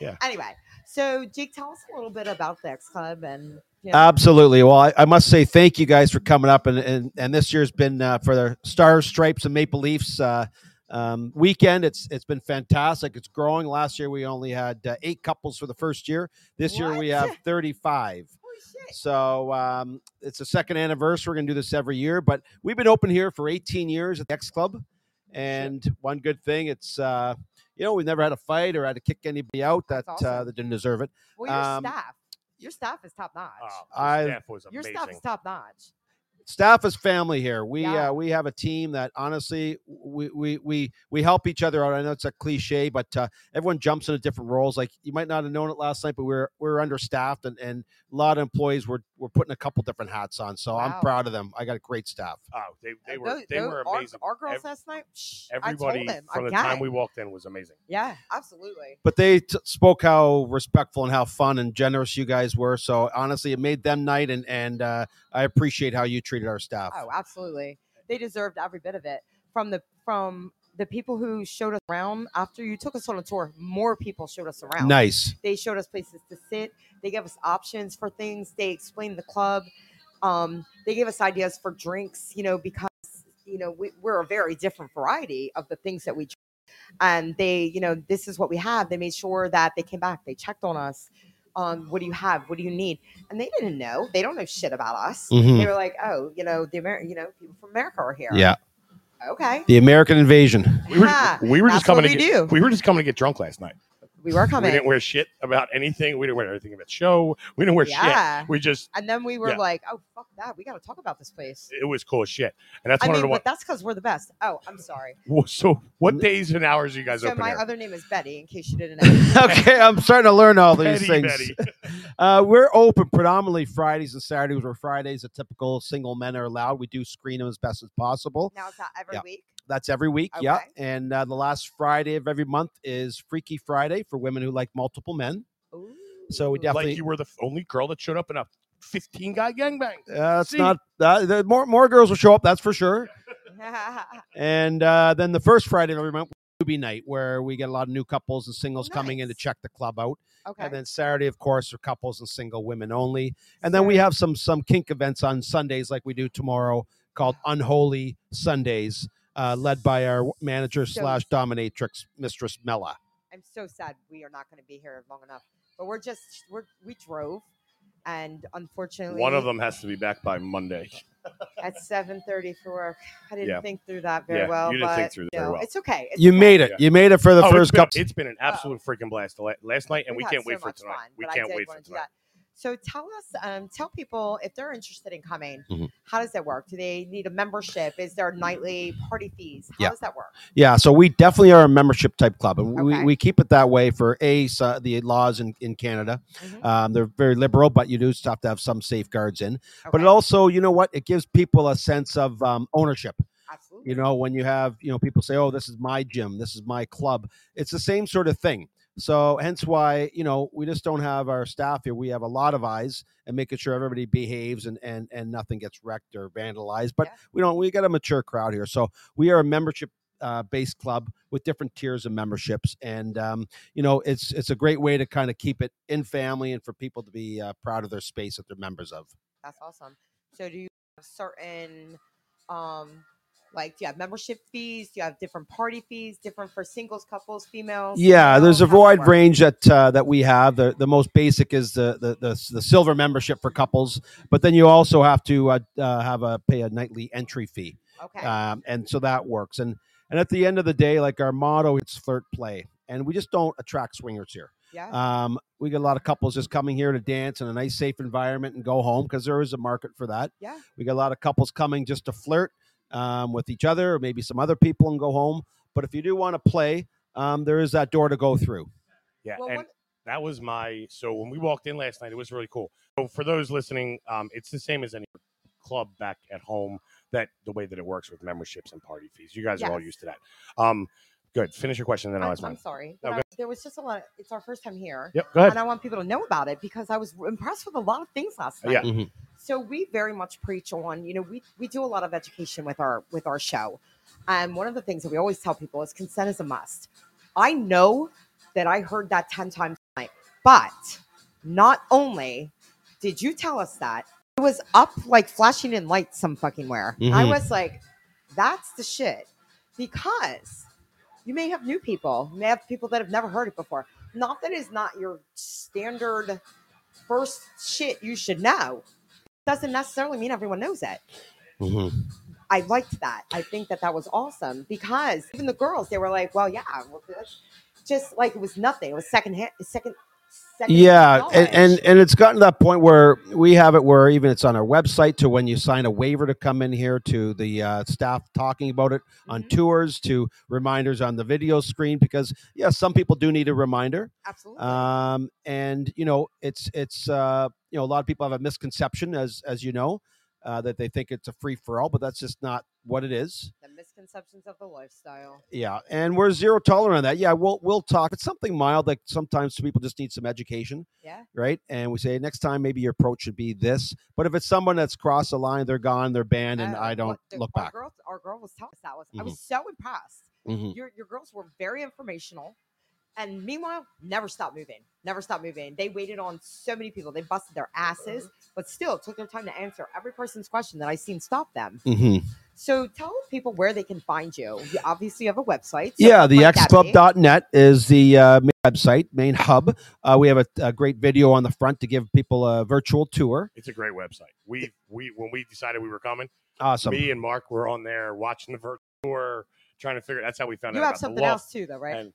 Yeah.
Anyway, so Jake, tell us a little bit about the X Club and you
Uh,
know,
Absolutely. Well, I, I must say thank you guys for coming up, and and, and this year's been uh, for the Stars, Stripes, and Maple Leafs uh, um, weekend. It's it's been fantastic. It's growing. Last year we only had uh, eight couples for the first year. This year we
What?
have thirty five.
holy shit.
So um, it's the second anniversary. We're going to do this every year, but we've been open here for 18 years at the X Club. And one good thing, it's uh, you know we've never had a fight or had to kick anybody out that
That's awesome.
uh, that didn't deserve it.
Well, your
Um,
staff, your staff is top notch.
Oh, the
I-
staff was
your
amazing.
staff is top notch.
Staff is family here. We
Yeah.
uh, we have a team that honestly we, we we we help each other out. I know it's a cliche, but uh, everyone jumps into different roles. Like you might not have known it last night, but we are we are understaffed, and, and a lot of employees were were putting a couple different hats on. So
Wow.
I'm proud of them. I got a great staff.
oh, they, they
Uh,
were
tho-
they
tho-
were
our-
amazing.
Our, girls
Ev-
last night, psh, I
Everybody
told them,
from
I
the
got
time
it.
we walked in was amazing.
yeah, absolutely.
but they t- spoke how respectful and how fun and generous you guys were. So honestly, it made them night, and and uh, I appreciate how you treated our staff.
Oh, absolutely. They deserved every bit of it from the from the people who showed us around after you took us on a tour, more people showed us around.
Nice.
They showed us places to sit. They gave us options for things. They explained the club. Um, they gave us ideas for drinks, you know, because, you know, we, we're a very different variety of the things that we drink. And they, you know, this is what we have. They made sure that they came back. They checked on us. Um, what do you have? What do you need? And they didn't know. They don't know shit about us.
Mhm.
They were like, oh, you know, the Amer- you know, people from America are here.
Yeah.
Okay.
The American invasion.
We were,
Ha,
we were just
that's what
coming to
we
get,
do.
we were just coming to get drunk last night.
We were
We
coming.
didn't wear shit about anything. We didn't wear anything about the show. We didn't wear
Yeah.
shit. We just
And then we were
Yeah.
like, oh, fuck that. We got to talk about this place.
it was cool as shit. And that's
I
one
mean,
of
but that's because we're the best. Oh, I'm sorry.
the one. So what days and hours are you guys
So
open
my
here?
other name is Betty, in case you didn't know.
okay, I'm starting to learn all these
Betty,
things.
Betty.
Uh, we're open predominantly Fridays and Saturdays. Where Fridays, a typical single men are allowed. We do screen them as best as possible.
now it's not every
Yeah.
week.
That's every week. Yeah,
Okay.
and uh, the last Friday of every month is Freaky Friday for women who like multiple men. So we
Ooh.
definitely
Like you were the only girl that showed up in a 15 guy gangbang.
Uh, it's
See?
not uh, there- more more girls will show up. That's for sure. And uh, then the first Friday of every month will be night, where we get a lot of new couples and singles coming in to
Nice.
check the club out.
okay.
And then Saturday, of course, are couples and single women only. And then we
Saturday.
have some some kink events on Sundays, like we do tomorrow, called Unholy Sundays, uh, led by our w- manager
So-
slash dominatrix Mistress Mella.
I'm so sad we are not going to be here long enough. But we're just we're, we drove, and unfortunately,
One of them has to be back by Monday.
at 7:30 for work. I didn't
Yeah.
think through that very
Yeah,
well.
you didn't think
but,
through that
you
very
know,
well.
It's okay. It's
You
fine.
made it. You made it for the
Oh, it's
first
been,
couple.
it's been an absolute freaking blast the la- last night, and we,
had
can't
so
wait for
much
tonight.
fun,
we
but I
can't
did
wait for
wanna do
tonight.
that. So tell us, um, tell people if they're interested in coming,
Mm-hmm.
Mhm.
how does that work? Do they need a membership? Is there nightly party fees? How
Yeah.
does that work?
Yeah, so we definitely are a membership type club, and we,
Okay.
we keep it that way for a so the laws in, in Canada.
Mhm.
Um, they're very liberal, but you do still have to have some safeguards in. But
Okay,
it also, you know what, it gives people a sense of um, ownership.
absolutely.
You know, when you have you know people say, "Oh, this is my gym, this is my club," it's the same sort of thing. So hence why you know we just don't have our staff here. We have a lot of eyes and making sure everybody behaves and and and nothing gets wrecked or vandalized. But
Yeah.
we don't. We got a mature crowd here, so we are a membership. Uh, based club with different tiers of memberships, and um, you know it's it's a great way to kind of keep it in family and for people to be uh, proud of their space that they're members of.
That's awesome. So do you have certain um like do you have membership fees? Do you have different party fees, different for singles, couples, females?
Yeah, there's a
females? How does it
wide
work?
range that uh, that we have. The the most basic is the the, the the silver membership for couples, but then you also have to uh, uh, have a pay a nightly entry fee,
Okay.
Uh,
um, and so that works. And and at the end of the day, like our motto, it's flirt play, and we just don't attract swingers here.
yeah.
uh,
Um, we get a lot of couples just coming here to dance in a nice, safe environment and go home because there is a market for that.
Yeah.
We get a lot of couples coming just to flirt um, with each other or maybe some other people and go home. But if you do want to play, um, there is that door to go through.
Yeah,
well,
and
one-
that was my. So when we walked in last night, it was really cool. So for those listening, um, it's the same as any club back at home. That the way that it works with memberships and party fees. You guys are all
Yes.
used to that. Um, good. Finish your question, then I'll
I'm,
ask
I'm
mine.
sorry.
No, go-
but I- there was just a lot. It's our first time here.
Yep. Go ahead.
And I want people to know about it because I was impressed with a lot of things last
Uh,
night.
yeah.
Mhm.
So we very much preach on, you know, we, we do a lot of education with our with our show. And one of the things that we always tell people is consent is a must. I know that I heard that 10 times tonight, but not only did you tell us that, it was up like flashing in lights some fucking where. I
Mhm.
was like, that's the shit. Because you may have new people, you may have people that have never heard it before. Not that it's not your standard first shit you should know. Doesn't necessarily mean everyone knows it.
Mm-hmm.
I liked that. I think that that was awesome because even the girls, they were like, "Well, yeah, well, that's just like it was nothing. It was second hand, second, second."
Yeah, and, and and it's gotten to that point where we have it where even it's on our website to when you sign a waiver to come in here to the uh, staff talking about it
Mm-hmm.
on tours to reminders on the video screen because yeah, some people do need a reminder.
absolutely.
um, and you know it's it's uh, you know a lot of people have a misconception as as you know uh, that they think it's a free for all but that's just not what it is
the misconceptions of the lifestyle.
yeah and we're zero tolerant on that yeah we'll we'll talk it's something mild like sometimes people just need some education
Yeah.
right and we say next time maybe your approach should be this but if it's someone that's crossed the line they're gone they're banned and
Oh,
i
what
don't
the-
look
our
back Mm-hmm.
Girl, our girl was telling us that was. I was so impressed.
Mhm.
Your your girls were very informational, and meanwhile, never stopped moving. Never stopped moving. They waited on so many people. They busted their asses,
Uh-huh.
but still took their time to answer every person's question that I seen stop them.
Mhm.
So tell people where they can find you. You obviously have a website. so
Yeah,
what
the
might that be?
xclub.net is the uh, main website, main hub. Uh, we have a, a great video on the front to give people a virtual tour.
It's a great website. We we when we decided we were coming,
Awesome.
me and Mark were on there watching the virtual tour, trying to figure. That's how we found
You
out
have
about the
something
law.
else too, though, right?
And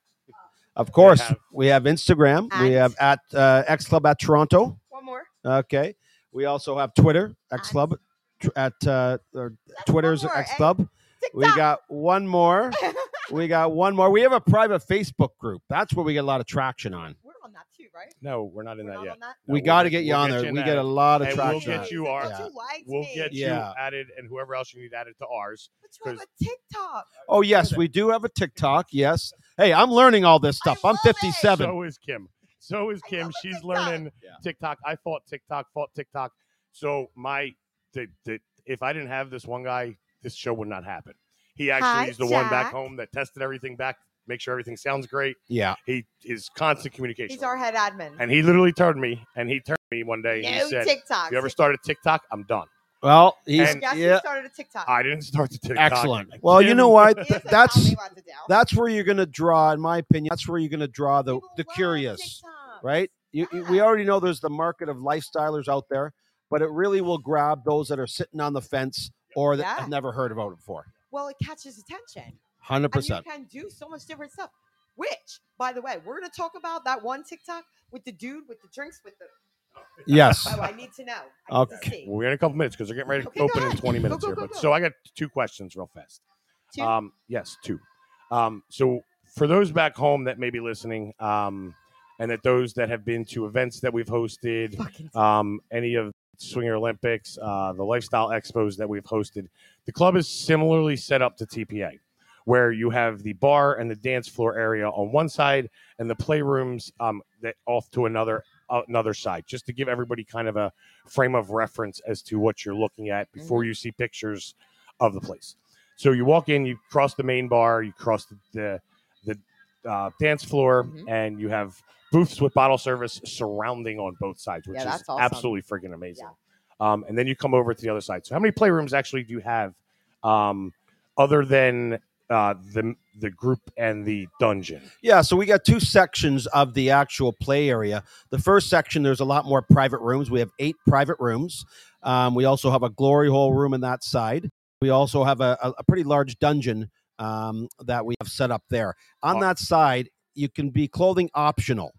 Of course,
have-
we have Instagram. we
At-
have at uh, X Club at Toronto.
One more.
Okay. We also have Twitter, X Club tr- at uh, or
That's one
Twitter's
more,
X
eh?
Club. We
TikTok.
got one more. we got one more. We have a private Facebook group. That's where we get a lot of traction on.
We're on that too, right?
No, we're not in
We're
that
not
yet.
on that.
No,
we
we'll
got to get you
we'll
on there.
in
We
that.
get a lot of
and we'll
traction.
get
on it.
you
But
our-
you liked
We'll
me.
get you
Yeah.
added, and whoever else you need added to ours.
What's wrong
'cause-
with TikTok?
Oh yes, we do have a TikTok. Yes. Hey, I'm learning all this stuff. I'm
love it.
57.
So is Kim. So is
I
Kim.
love a
She's
TikTok.
learning
Yeah.
TikTok. I fought TikTok, fought TikTok. So my, the, the, if I didn't have this one guy, this show would not happen. He actually
Hi,
is the one back
Jack.
home that tested everything back, make sure everything sounds great.
yeah.
He is constant communication.
He's our head admin.
and he literally turned me, and he turned me one day. and
no
he said,
TikTok.
"If you ever started TikTok, I'm done."
Well, he's
And-
yes,
yeah,
he started a TikTok.
I didn't start the TikTok.
excellent. Well, you know what?
He doesn't tell
That's
me what to do.
that's where you're going to draw, in my opinion. That's where you're going to draw the
People
the
love
curious.
TikTok.
right? You, you- we already know there's the market of lifestylers out there, but it really will grab those that are sitting on the fence or that
Yeah.
have never heard about it before.
Well, it catches attention.
Hundred
And you
percent.
can do so much different stuff. Which, by the way, we're going to talk about that one TikTok with the dude with the drinks with the.
Yes.
Oh, I need to know. I need
Okay.
to see.
We're in a couple minutes because they're getting ready to
Okay, go
open in
ahead.
20
Go,
minutes
go,
here.
go,
but
go.
so I got two questions real fast.
Two?
Um, yes, two. Um, so for those back home that may be listening, um, and that those that have been to events that we've hosted,
Fucking
um, any of Swinger Olympics, uh, the lifestyle expos that we've hosted, the club is similarly set up to TPA, where you have the bar and the dance floor area on one side, and the playrooms um, that off to another uh, another side, just to give everybody kind of a frame of reference as to what you're looking at before
Mm-hmm.
you see pictures of the place. So you walk in, you cross the main bar, you cross the the, the uh, dance floor,
Mhm.
and you have booths with bottle service surrounding on both sides, which
Yeah,
is
that's awesome.
absolutely freaking amazing. Um, and then you come over to the other side. So how many playrooms actually do you have, um, other than uh, the the group and the dungeon?
Yeah. So we got two sections of the actual play area. The first section, there's a lot more private rooms. We have eight private rooms. Um, we also have a glory hole room in that side. We also have a, a, a pretty large dungeon um, that we have set up there. On
Aw-
that side, you can be clothing optional.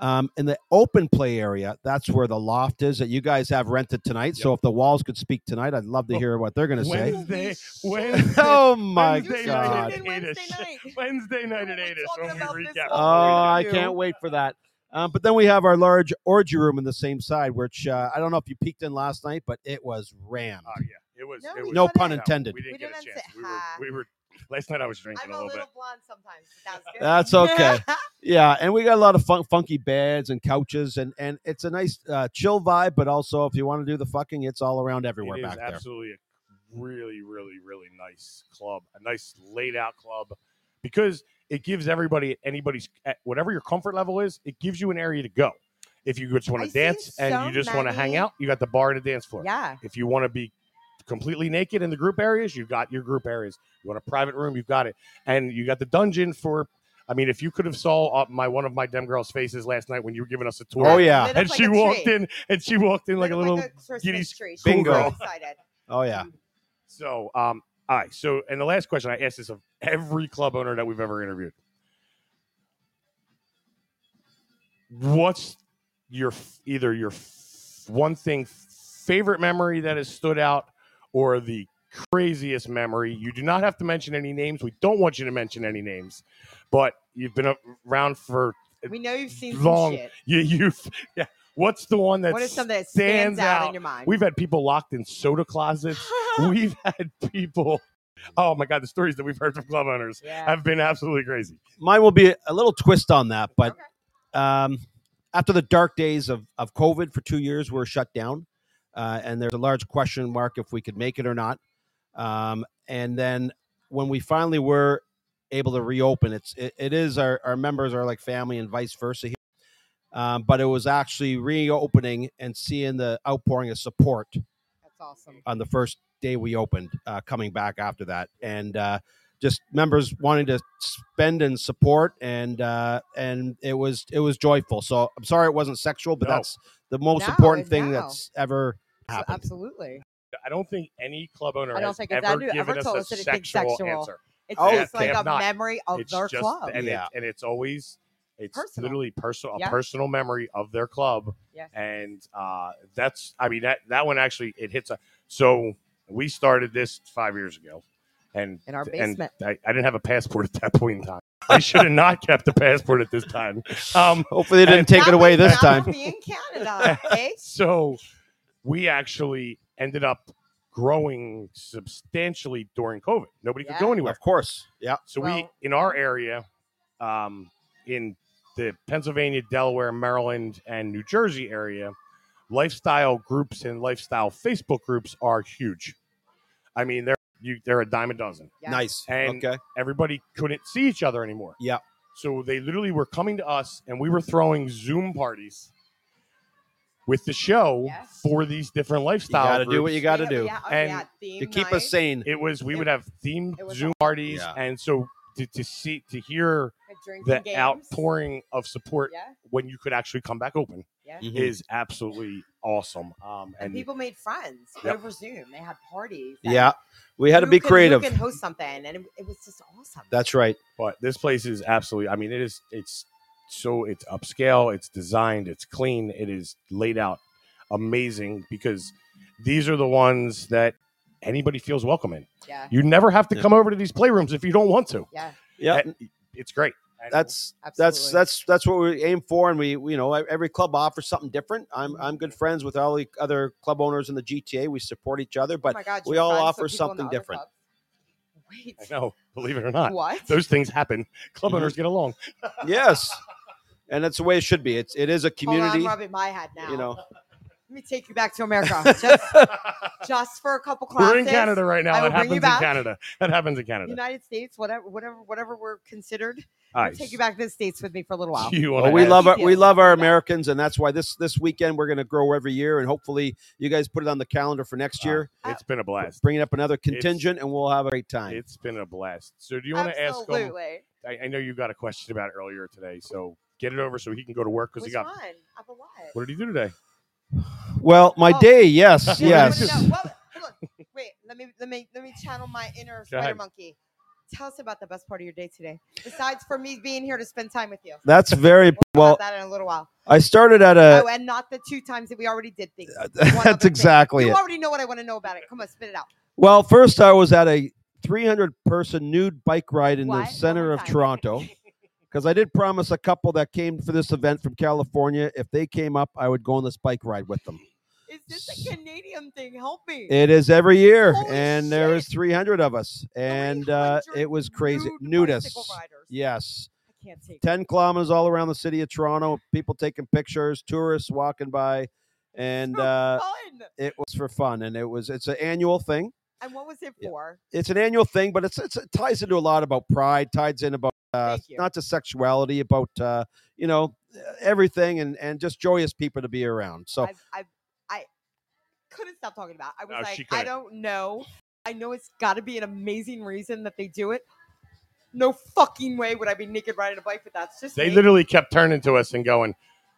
Um, in the open play area, that's where the loft is that you guys have rented tonight. So if the walls could speak tonight, I'd love to
Oh,
hear what they're going to say.
Wednesday,
Holy shit.
Wednesday,
Oh my
Wednesday night
God.
at
Wednesday
eight ish.
night.
Wednesday night
We'll
at
be
eight is
talking
when we
about this
recap.
Oh,
all week. do.
I can't wait for that. Um, but then we have our large orgy room on the same side, which uh, I don't know if you peeked in last night, but it was rammed.
Oh yeah, it was.
No,
it
we
was-
No pun
no,
intended.
We didn't
We
get
didn't
a chance.
say
We were,
hi.
we were. Last night I was drinking
I'm
a
a
little
little
bit.
blonde sometimes. but That's good.
That's okay. yeah, and we got a lot of fun- funky beds and couches, and and it's a nice uh, chill vibe. But also, if you want to do the fucking, it's all around everywhere
It is
back there.
absolutely a really, really, really nice club. A nice laid out club because it gives everybody anybody's at whatever your comfort level is. It gives you an area to go. If you just want
I
to
see
dance and
so
you just want to hang
many-
out, you got the bar and the dance floor.
yeah.
If you want to be completely naked in the group areas, you got your group areas. You want a private room, you've got it, and you got the dungeon for. I mean, if you could have saw uh, my one of my dem girls' faces last night when you were giving us a tour,
Oh, yeah.
Lit up
and
like
she
a
walked
tree.
in, and she walked in like a
Lit up
little
Christmas
giddy
tree. She was
bingo.
so excited.
Oh yeah,
So, um, all right. So, and the last question I asked this of every club owner that we've ever interviewed: What's your f- either your f- one thing favorite memory that has stood out, or the craziest memory? You do not have to mention any names. We don't want you to mention any names, but you've been around for
We know you've seen
Long-
some shit.
you. You've yeah. What's the one
What is
that's
something that
stands
stands out
out.
in your mind?
We've had people locked in soda closets. we've had people. Oh my god, the stories that we've heard from club owners
yeah.
have been absolutely crazy.
mine will be a little twist on that, but
Okay.
um, after the dark days of, of COVID for two years, we were shut down. Uh, and there's a large question mark if we could make it or not. Um, and then when we finally were able to reopen. It's it, it is our, our members are like family and vice versa here. Um, but it was actually reopening and seeing the outpouring of support
That's awesome.
on the first day we opened, uh, coming back after that, and uh, just members wanting to spend and support, and uh, and it was it was joyful. So I'm sorry it wasn't sexual, but
No.
that's the most
No,
important thing
no.
that's ever
So uh,
happened.
absolutely.
I don't think any club owner
I don't
has
think it's- I
ever
do- I've
given
heard
us
told
a
us that it's been
sexual,
sexual.
answer.
It's
Oh,
just
they
like
have
a
not.
memory of
it's
their
just,
club.
and,
Yeah.
it, and it's always, it's
Personal.
literally personal,
Yeah.
a personal memory of their club.
yes.
and uh, that's I mean that that one actually it hits a so we started this five years ago, and
In our
and
basement.
I, I didn't have a passport at that point in time. I should have not kept a passport at this time. Um,
Hopefully they didn't take
Not
it away
with- not
this time.
with me in Canada, eh?
so we actually ended up growing substantially during COVID. Nobody could
Yeah.
go anywhere.
Of course, yeah.
So we
Well-
in our area, um, in the Pennsylvania, Delaware, Maryland, and New Jersey area, lifestyle groups and lifestyle Facebook groups are huge. I mean, they're you, they're a dime a dozen.
Yeah.
Nice.
And-
okay.
Everybody couldn't see each other anymore.
Yeah.
So they literally were coming to us, and we were throwing Zoom parties with the show
Yes.
for these different
You
lifestyle.
got to do what
groups.
you got to
Yeah,
do
yeah, oh,
And
yeah, theme
to keep
night.
us sane.
It was we
It-
would have themed
it was
Zoom parties,
Yeah.
and so to, to see to hear
A drinking
the
games.
outpouring of support
Yeah,
when you could actually come back open
yeah.
Mhm.
is absolutely awesome. Um,
And
and
people made friends
Yep.
over Zoom. They had parties. and
Yeah, we had to
who
be
could- who
creative.
could host something, and it, it was just awesome.
That's right.
but this place is absolutely. I mean, it is. It's so it's upscale. It's designed. It's clean. It is laid out amazing because these are the ones that anybody feels welcome in.
yeah,
You never have to
Yeah.
come over to these playrooms if you don't want to.
yeah,
Yeah,
And It's great. And
that's that's
absolutely.
that's that's what we aim for and we we- you know e-, every club offers something different i'm i'm
Mm-hmm.
good friends with all the other club owners in the gta we support each other
Oh
but
my God,
we
you're
all
friends with
offer
people in
something
the other
different.
clubs. Wait,
I know. Believe it or not,
what?
those things happen. Club
Mhm.
owners get along.
yes and that's the way it should be it's it is a
Hold
community
on, I'm rubbing my head now.
you know
let me take you back to America just, just for a couple classes.
We're in Canada right now.
I
That
will bring
happens
you
in
back.
Canada. That happens in Canada.
United States, whatever, whatever, whatever we're considered.
All
I'll take you back to the states with me for a little while.
Do you wanna
well, we
add-
love our we
Yes.
love our americans and that's why this this weekend we're going to grow every year and hopefully you guys put it on the calendar for next
Wow.
year
It's been a blast.
bringing up another contingent and we'll have a great time
It's been a blast. So do you want to ask um, him?
Absolutely.
I, I know you got a question about earlier today, so get it over so he can go to work because he
Which
got.
one? Of a what?
What did he do today?
well my
Oh.
day yes
Yeah, I wanna
yes
know. Well, hold on. Wait, let me let me let me channel my inner
Go ahead.
spider monkey. Tell us about the best part of your day today, besides for me being here to spend time with you.
that's very
We'll,
well
have that in a little while.
i started at a
oh, and not the two times that we already did things. One other
That's
thing.
exactly
You
it.
already know what I want to know about it. Come on, spit it out.
Well, first I was at a 300 person nude bike ride in
What? One
the center
more
of
time.
Toronto because I did promise a couple that came for this event from California if they came up I would go on this bike ride with them.
Is this a Canadian thing? Help me.
It is every year
Holy
and there was
shit.
300 of us and uh,
300
it was crazy.
nude
Nudists.
bicycle riders.
Yes.
I can't take. it.
10 kilometers all around the city of Toronto, people taking pictures, tourists walking by and
So
uh,
fun.
it was for fun and it was it's an annual thing.
And what was it
yeah.
for?
it's an annual thing, but it's, it's it ties into a lot about pride, ties in about uh,
Thank you.
not just sexuality, about uh, you know everything, and and just joyous people to be around. So
I've, I've, I couldn't stop talking about. It. I
No,
was
she
like, I
couldn't.
don't know. I know it's got to be an amazing reason that they do it. No fucking way would I be naked riding a bike, but that's just
They
me.
literally kept turning to us and going,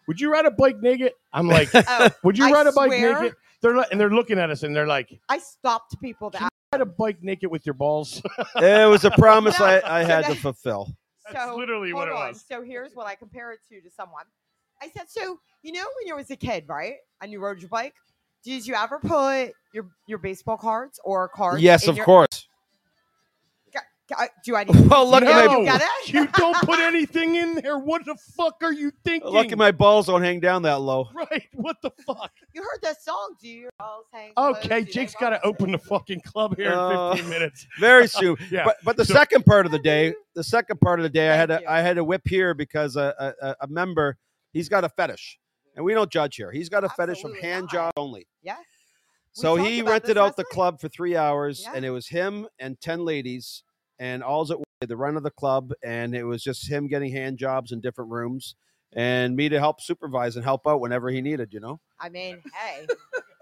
"Would you ride a bike naked?" I'm like,
Oh,
"Would you
I
ride a bike
swear-
naked?" They're li- and they're looking at us and they're like,
I stopped people that.
"Ride a bike naked with your balls."
it was a promise I, I had to
Today-
fulfill.
That's
So
literally what it
hold on.
was.
So here's what I compare it to to someone. I said, so you know when you was a kid, right? And you rode your bike. Did you ever put your your baseball cards or cards?
Yes,
in
of
your-
course.
I- Do I need?
Well, look
do
at
you
my-
get it?
you don't put anything in there. What the fuck are you thinking?
Lucky my balls don't hang down that low.
right. What the fuck?
You heard that song, do you? All hang low,
Okay,
do they
Jake's got
want
to open the fucking club here
Uh,
in 15 minutes.
Very soon.
Yeah.
But but the
So-
second part of the day, the second part of the day, I had
Thank
a, I had a whip here because a, a, a- a member he's got a fetish, and we don't judge here. He's got a fetish of
Absolutely
hand
not.
job only.
Yeah. We
So
talked
he
about this
rented out
last
the
night.
club for three hours,
Yeah.
and it was him and ten ladies, and all's it was did the run of the club, and it was just him getting hand jobs in different rooms, and me to help supervise and help out whenever he needed. You know,
I mean, hey,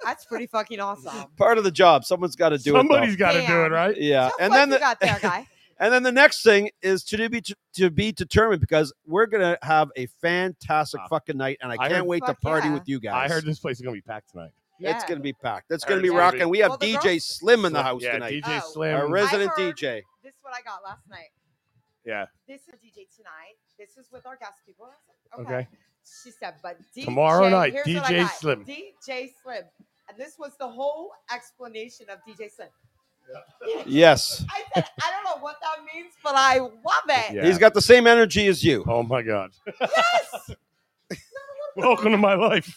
that's pretty fucking awesome.
part of the job. Someone's got to do
Somebody's
it.
got to do it,
Damn.
though.
right?
Yeah,
So
and
what
then
you
the,
got there, guy.
And then the next thing is to be to be determined because we're gonna have a fantastic
Ah.
fucking night, and I,
I
can't
heard-
wait to
Fuck
party
yeah.
with you guys.
I heard this place is going to be packed tonight.
Yeah.
it's gonna be packed. It's
I
gonna
heard
be
it's gonna be-
rocking. We have
Well, the
DJ
girls-
Slim in the
Yeah,
house
yeah,
tonight,
DJ
Oh.
Slim.
our resident
I heard-
DJ.
This is what I got last night.
yeah.
This is DJ tonight. This is with our guest people. I said,
Okay.
Okay. She said, but DJ,
Tomorrow night,
here's what I
DJ
got.
Slim.
DJ Slim. And this was the whole explanation of DJ Slim.
Yes,
I said, I don't know what that means, but I love it.
Yeah.
he's got the same energy as you.
Oh my God.
Yes.
Welcome to my life.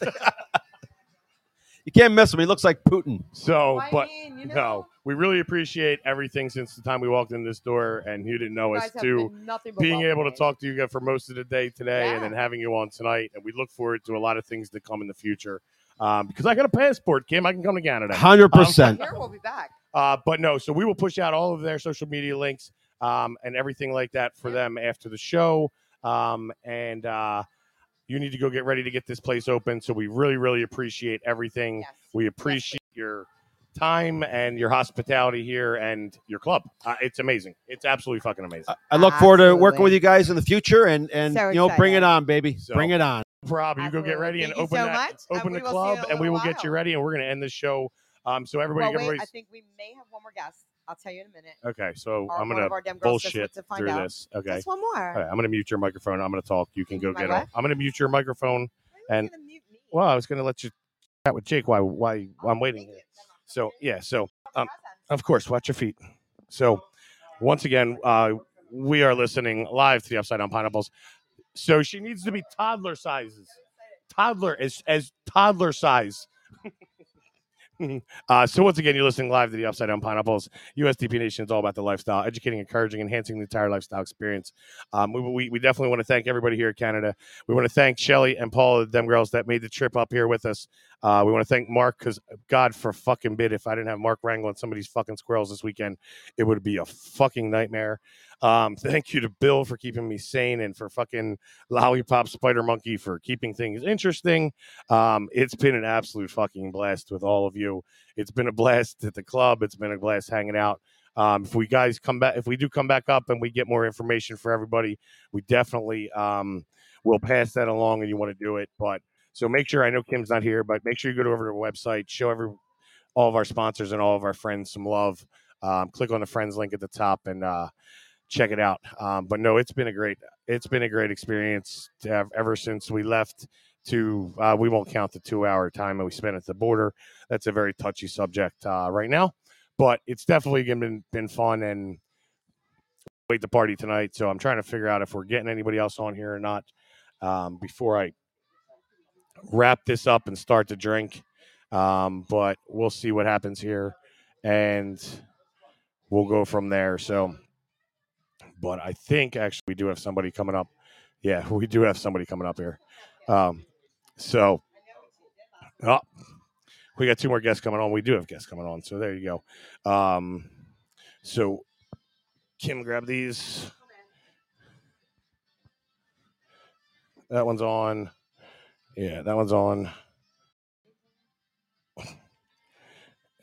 You can't miss him. He looks like Putin.
So,
I
Oh, but
mean, you know,
no, we really appreciate everything since the time we walked in this door and you didn't know
you
us
guys have
to
been nothing but
being able to
welcoming.
talk to you guys for most of the day today and
Yeah.
then having you on tonight. And we look forward to a lot of things to come in the future. Um, because I got a passport, Kim. I can come to Canada.
Hundred percent.
Here we'll be back.
Uh, but no, so we will push out all of their social media links um, and everything like that for them after the show. Um, and uh, you need to go get ready to get this place open. So we really, really appreciate everything.
Yes.
We appreciate your time and your hospitality here and your club. Uh, it's amazing. It's absolutely fucking amazing.
I look forward to working
Absolutely.
with you guys in the future, and and
So
you know, bring
excited.
it on, baby,
So-
bring it on.
Rob, you go get
Absolutely.
ready and
Thank you
open
so
that,
much, and
open
we
the
will see
club,
you in a
and we will
little
get you
while.
ready. And we're going to end the show. Um, so everybody,
Well,
get
wait,
ready.
I think we may have one more guest. I'll tell you in a minute.
okay, so
Or
I'm
one
going
of our dem girls just
bullshit
went to find
through
out.
this. Okay.
Just one more.
All right, I'm going to mute your microphone. I'm going to talk. You can go
My
get
what?
off. I'm going to mute your microphone. and-
and gonna mute me.
Well, I was going to let you chat with Jake while, while I'm waiting here. So, yeah. So, um, of course, watch your feet. So, once again, uh, we are listening live to the Upside Down Pineapples. So, she needs to be toddler sizes. Toddler, as, as toddler size. uh, so, once again, you're listening live to the Upside Down Pineapples. USDP Nation is all about the lifestyle, educating, encouraging, enhancing the entire lifestyle experience. Um, we, we, we definitely want to thank everybody here at Canada. We want to thank Shelly and Paula, them girls that made the trip up here with us. Uh, we want to thank Mark because God for fucking bid, if I didn't have Mark wrangling some of these fucking squirrels this weekend, it would be a fucking nightmare. Um, thank you to Bill for keeping me sane and for fucking Lollipop Spider Monkey for keeping things interesting. Um, it's been an absolute fucking blast with all of you. It's been a blast at the club. It's been a blast hanging out. Um, if we guys come back, if we do come back up and we get more information for everybody, we definitely um, we'll pass that along and you want to do it. But so make sure I know Kim's not here, but make sure you go over to our website, show every all of our sponsors and all of our friends some love. Um, click on the friends link at the top and uh, check it out. Um, but no, it's been a great it's been a great experience to have ever since we left. To uh, we won't count the two hour time that we spent at the border. That's a very touchy subject uh, right now, but it's definitely been been fun and wait the party tonight. So I'm trying to figure out if we're getting anybody else on here or not um, before I wrap this up and start to drink. Um, but we'll see what happens here and we'll go from there. So, but I think actually we do have somebody coming up. Yeah, we do have somebody coming up here. Um, so, oh, we got two more guests coming on. We do have guests coming on. So there you go. Um, so, Kim, grab these. That one's on. Yeah, that one's on.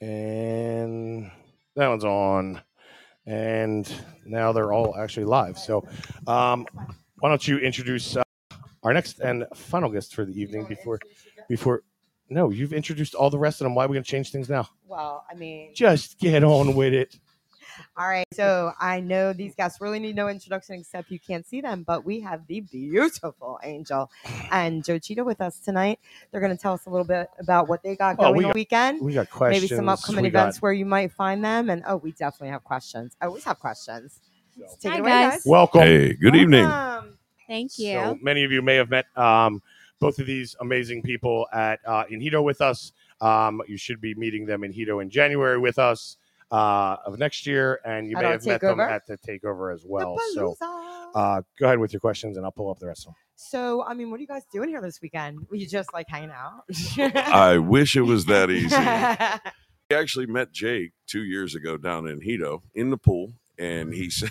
And that one's on. And now they're all actually live. So, um, why don't you introduce uh, our next and final guest for the evening before before no, you've introduced all the rest of them. Why are we going to change things now?
Well, I mean,
Just get on with it.
all right. So I know these guys really need no introduction, except you can't see them. But we have the beautiful Angel and Joe Cheetah with us tonight. They're going to tell us a little bit about what they got
Oh,
going
we
on
got
weekend.
We got questions.
Maybe some upcoming
We got-
events where you might find them. And oh, we definitely have questions. I always have questions. So take
Hi,
it away,
guys.
guys.
Welcome.
Hey, good evening.
Welcome.
Thank you.
So many of you may have met um, both of these amazing people at uh, Inhito with us. Um, you should be meeting them in Hito in January with us uh, of next year, and you
At
may
our
have met them
takeover.
at the takeover as well. So
Palooza.
uh, go ahead with your questions, and I'll pull up the rest of them.
so, I mean, what are you guys doing here this weekend? Were you just like hanging out?
I wish it was that easy. we actually met Jake two years ago down in Hito in the pool, and he said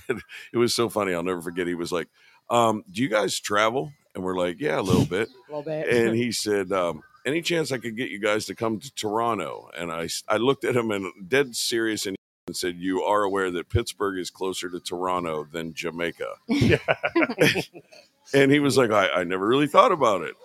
it was so funny. I'll never forget. He was like, um, "Do you guys travel?" And we're like, "Yeah, a little bit."
a little bit.
and he said, um, "Any chance I could get you guys to come to Toronto?" And I, I looked at him and dead serious and said, "You are aware that Pittsburgh is closer to Toronto than Jamaica." and he was like, I, "I never really thought about it."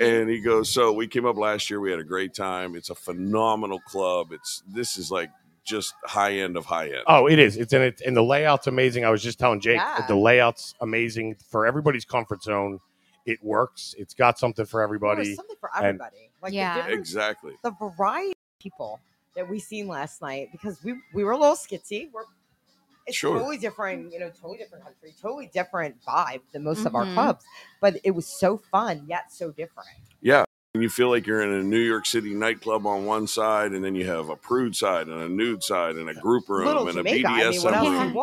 And he goes, "So we came up last year. We had a great time. It's a phenomenal club. It's this is like just high end of high end."
Oh, it is. It's in it, and the layout's amazing. I was just telling Jake
Yeah.
the layout's amazing for everybody's comfort zone. It works. It's got something for
There's
everybody.
something for
and-
everybody. like
Yeah.
the, different-
Exactly.
the variety of people that we seen last night because we we were a little skitsy. We're it's
Sure.
totally different, you know, totally different country, totally different vibe than most of our
Mhm.
clubs. But it was so fun yet so different.
Yeah. And you feel like you're in a New York City nightclub on one side, and then you have a prude side and a nude side and a group room
Little
and
Jamaica.
a
I mean,
BDSM
what else
room.
do you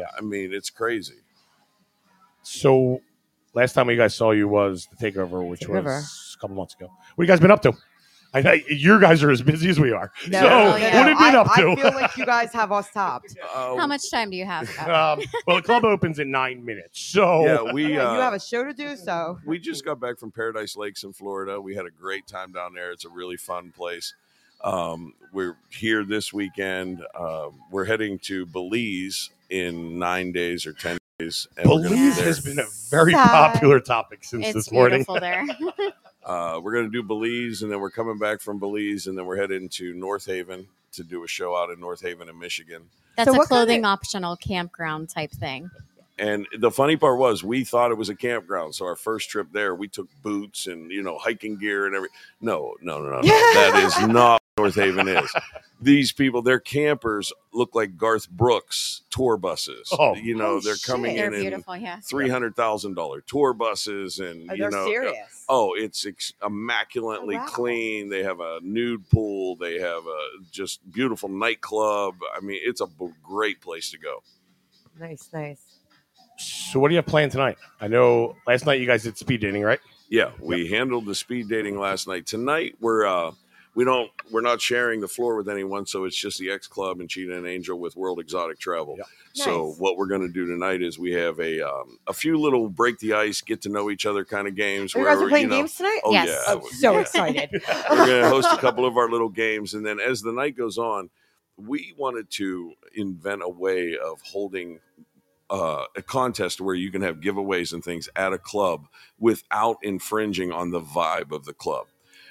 want?
I mean, it's crazy.
So, last time we guys saw you was the takeover, which was
Takeover.
a couple months ago. What you guys been up to? I know you guys are as busy as we are.
No,
so,
no,
what
yeah.
have you been
I,
up to?
I feel like you guys have us topped.
Uh,
How much time do you have? Scott?
um, well, the club opens in nine minutes. So,
Yeah, we
Yeah, you have
uh,
a show to do, so
we just got back from Paradise Lakes in Florida. We had a great time down there. It's a really fun place. Um, we're here this weekend. Um, we're heading to Belize in nine days or ten days. And we're gonna be
Belize
there.
has been a very
Sigh.
popular topic since
it's
this morning.
beautiful there.
Uh, we're going to do Belize, and then we're coming back from Belize, and then we're heading to North Haven to do a show out in North Haven in Michigan.
That's a
what kind
clothing optional campground type thing.
And the funny part was, we thought it was a campground. So our first trip there, we took boots and you know hiking gear and every. No, no, no, no, no. that is not what North Haven is. These people, their campers look like Garth Brooks tour buses.
Oh.
you know,
Oh,
they're
shit.
coming
They're
in in
beautiful, yeah.
three hundred thousand dollar tour buses, and
Oh,
you
they're
know,
serious.
Oh, it's ex- immaculately
Oh, wow.
clean. They have a nude pool. They have a just beautiful nightclub. I mean, it's a b- great place to go.
Nice, nice.
So, what do you have planned tonight? I know last night you guys did speed dating, right?
Yeah, we handled the speed dating last night. Tonight we're uh we don't we're not sharing the floor with anyone, so it's just the X Club and Cheetah and Angel with World Exotic Travel.
Yeah.
So
Nice.
what we're going to do tonight is we have a um, a few little break the ice, get to know each other kind of games.
Are you guys
where,
are playing
know-
games tonight?
Oh
Yes.
yeah,
I'm so
yeah.
excited.
we're going to host a couple of our little games and then as the night goes on we wanted to invent a way of holding uh, a contest where you can have giveaways and things at a club without infringing on the vibe of the club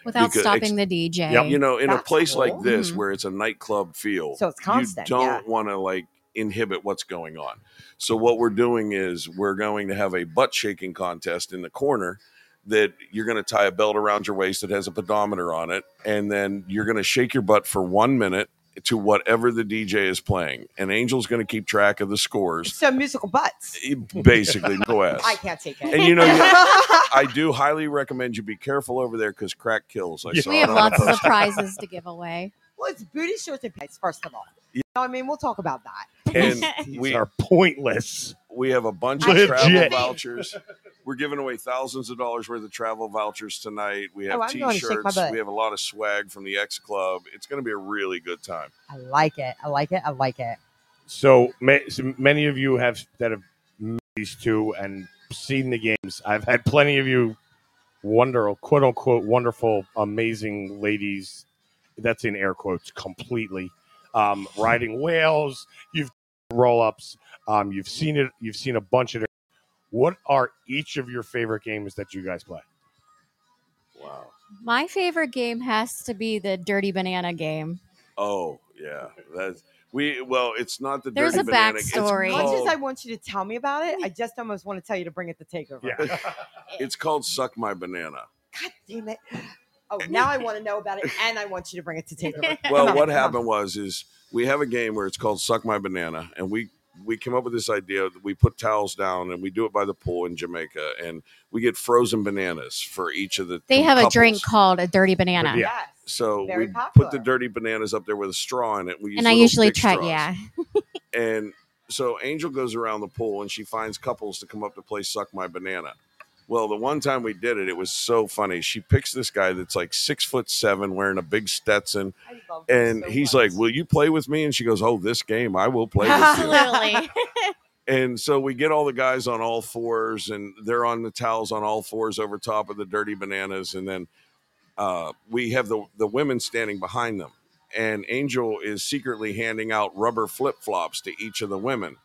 Without
Because-
stopping the DJ.
you know in a
That's
place like
cool.
this
Mhm.
where it's a nightclub feel
So it's constant,
you don't
yeah.
want to like inhibit what's going on so what we're doing is we're going to have a butt shaking contest in the corner that you're going to tie a belt around your waist that has a pedometer on it and then you're going to shake your butt for one minute to whatever the dj is playing and angel's going to keep track of the scores Eh,
so musical butts.
basically no ass
I can't take it.
and you know you- i do highly recommend you be careful over there because crack kills i
Yeah.
saw
we
it
have
on a
lots of
post.
prizes to give away.
Well, it's booty shorts and pants, first of all.
Yeah.
No, I mean, we'll talk about that.
And
These
we-
are pointless.
We have a bunch
Legit.
of travel
Legit.
vouchers. We're giving away thousands of dollars worth of travel vouchers tonight. We have
Oh, I'm going to shake my
t-shirts.
butt.
We have a lot of swag from the X Club. It's going to be a really good time.
I like it. I like it. I like it.
So, ma- so many of you have that have met these two and seen the games. I've had plenty of you wonderful, quote unquote, wonderful, amazing ladies. That's in air quotes completely. Um, riding whales. You've roll ups. Um, you've seen it. You've seen a bunch of. What are each of your favorite games that you guys play?
Wow.
My favorite game has to be the Dirty Banana game.
Oh yeah, that's we. Well, it's not the
There's
dirty
a
banana. It's
backstory.
As much as
called,
I want you to tell me about it, I just almost want to tell you to bring it to takeover.
Yeah.
it's called suck my banana.
God damn it. Oh, now I want to know about it, and I want you to bring it to takeover. Come
Well,
on,
what
come on.
happened was is we have a game where it's called suck my banana, and we we came up with this idea that we put towels down and we do it by the pool in Jamaica, and we get frozen bananas for each of the.
They have a
couples.
drink called a Dirty Banana.
Yeah.
Yes.
So
Very
we
popular.
put the dirty bananas up there with a straw in it. We use
And I
little
usually
dick
try,
straws.
yeah.
And so Angel goes around the pool and she finds couples to come up to play Suck My Banana. Well, the one time we did it, it was so funny. She picks this guy that's like six foot seven, wearing a big Stetson,
I love this
and
so
he's
much.
like, "Will you play with me?" And she goes, "Oh, this game, I will play with you."
Absolutely.
And so we get all the guys on all fours, and they're on the towels on all fours over top of the dirty bananas. And then uh, we have the, the women standing behind them. And Angel is secretly handing out rubber flip flops to each of the women.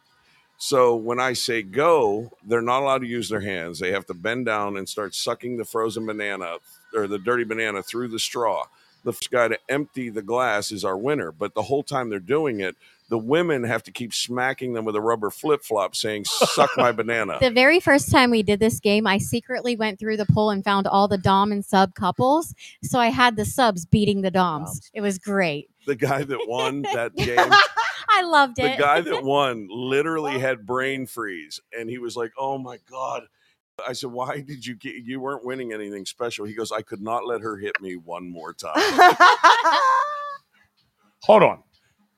So when I say go, they're not allowed to use their hands. They have to bend down and start sucking the frozen banana or the dirty banana through the straw. The first guy to empty the glass is our winner. But the whole time they're doing it, the women have to keep smacking them with a rubber flip flop saying, Suck my banana.
the very first time we did this game, I secretly went through the poll and found all the Dom and sub couples. So I had the subs beating the Doms.
Doms.
It was great.
The guy that won that game
I loved
the
it.
guy that won literally had brain freeze and he was like oh my god i said why did you get you weren't winning anything special he goes i could not let her hit me one more time
Hold on.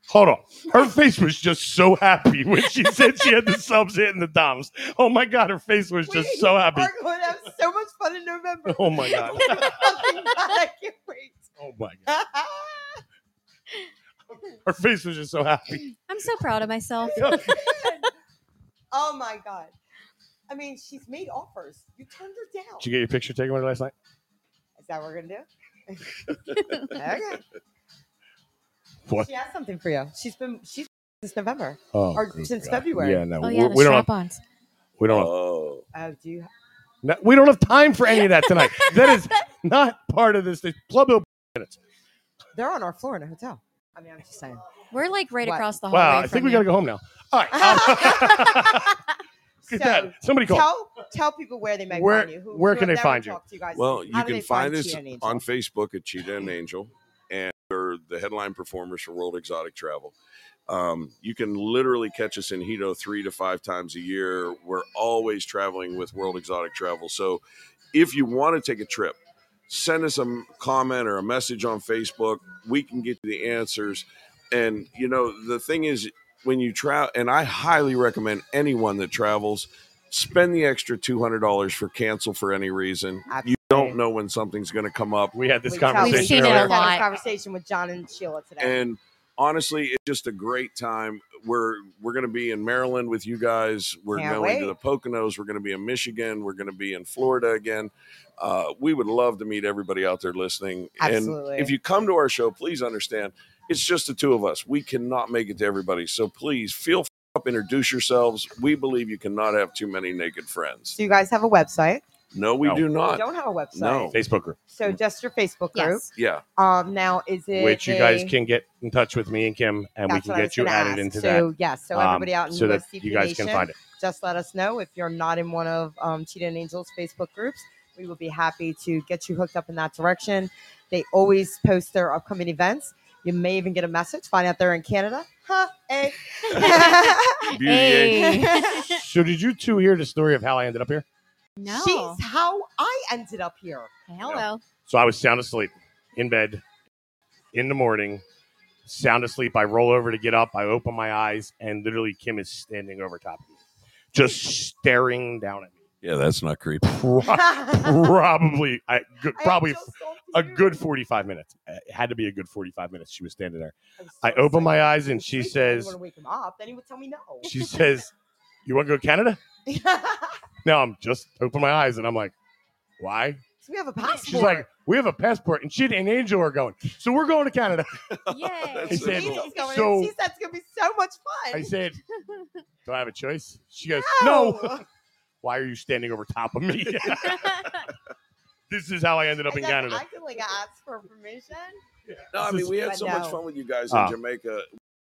Hold on. Her face was just so happy when she said she had the subs hitting the doms. Oh my god, her face was just
We
so happy.
Are going to have so much fun in November.
Oh my god.
Oh my God, I can't wait.
Oh my god. Her face was just so happy.
I'm so proud of myself.
oh my god. I mean, she's made offers. You turned her down.
Did you get your picture taken with her last night?
Is that what we're gonna do? okay.
What?
She has something for you. She's been she's since November
Oh,
or
good
since
God.
February.
Yeah, no,
Oh
we-
yeah,
we,
the
don't. Have,
strap-ons.
we don't. Have,
oh
Oh, do you?
no, we don't have time for any of that tonight. that is not part of this. thing. Club Bill minutes.
They're on our floor in a hotel. I mean, I'm just saying.
We're like right
What?
across the hallway.
Wow, I think
from
we
you.
gotta go home now. All right. um, Look at that. Somebody call.
tell tell people where they may
Where-
find you. Who,
where
who
can
have
they
never
find you?
talked to guys.
well you
How do
can
they
find
find
us
Cheetah and Angel?
on facebook at cheetah and angel and they're the headline performers for world exotic travel um, you can literally catch us in Hito three to five times a year. We're always traveling with World Exotic Travel. So if you want to take a trip, send us a m- comment or a message on Facebook. We can get you the answers. And, you know, the thing is, when you travel, and I highly recommend anyone that travels, spend the extra $200 for cancel for any reason. You don't
Absolutely.
know when something's going to come up.
We had this
We tell-
conversation
We've seen it a
earlier.
Had
lot.
a conversation with John and Sheila today.
and honestly it's just a great time we're we're going to be in maryland with you guys we're
Can't
going
wait.
to the poconos we're going to be in michigan we're going to be in florida again uh, we would love to meet everybody out there listening
Absolutely.
and if you come to our show please understand it's just the two of us we cannot make it to everybody so please feel free to up introduce yourselves we believe you cannot have too many naked friends
so you guys have a website?
no we
No.
do
You
not
don't have a website.
No.
Facebook group,
So just your Facebook group.
Yes.
yeah
Um, now is it
which you guys
a-
can get in touch with me and Kim, and we
That's
can
what I was
get you
gonna
added
ask.
into that.
so, yes, so
um,
everybody out in
so that
USCP
you guys
Nation,
can find it.
just let us know if you're not in one of um, Cheetah and Angels Facebook groups. We will be happy to get you hooked up in that direction. They always post their upcoming events. You may even get a message. Find out they're in Canada. Huh? eh? Hey.
beauty Inc.
Hey.
So did you two hear the story of how I ended up here?
no.
She's how I ended up here.
Hello.
So I was sound asleep in bed in the morning, sound asleep. I roll over to get up. I open my eyes, and literally Kim is standing over top of me, just staring down at me.
yeah that's not creepy
Pro- probably, I, good, probably
I am just so
a
confused.
good forty-five minutes. It had to be a good forty-five minutes. She was standing there.
I'm so
I open my
excited.
eyes, and
It's
she
creepy. I didn't
says,
wanna wake him up. Then he would tell me no.
she says, "You want to go to Canada?"
so
Now I'm just open my eyes, and I'm like, "Why?"
we have a passport.
She's like, "We have a passport," and she and Angel are going. So we're going to Canada.
Yay.
That's
said-
Angel's going.
So-
she said it's gonna be so much fun.
I said, "Do I have a choice?" She goes, "No.
No.
Why are you standing over top of me?" this is how I ended up
I
in
guess
Canada.
I could like ask for permission.
no i
This
mean
is-
we had
But
so much
no.
fun with you guys
Ah.
in jamaica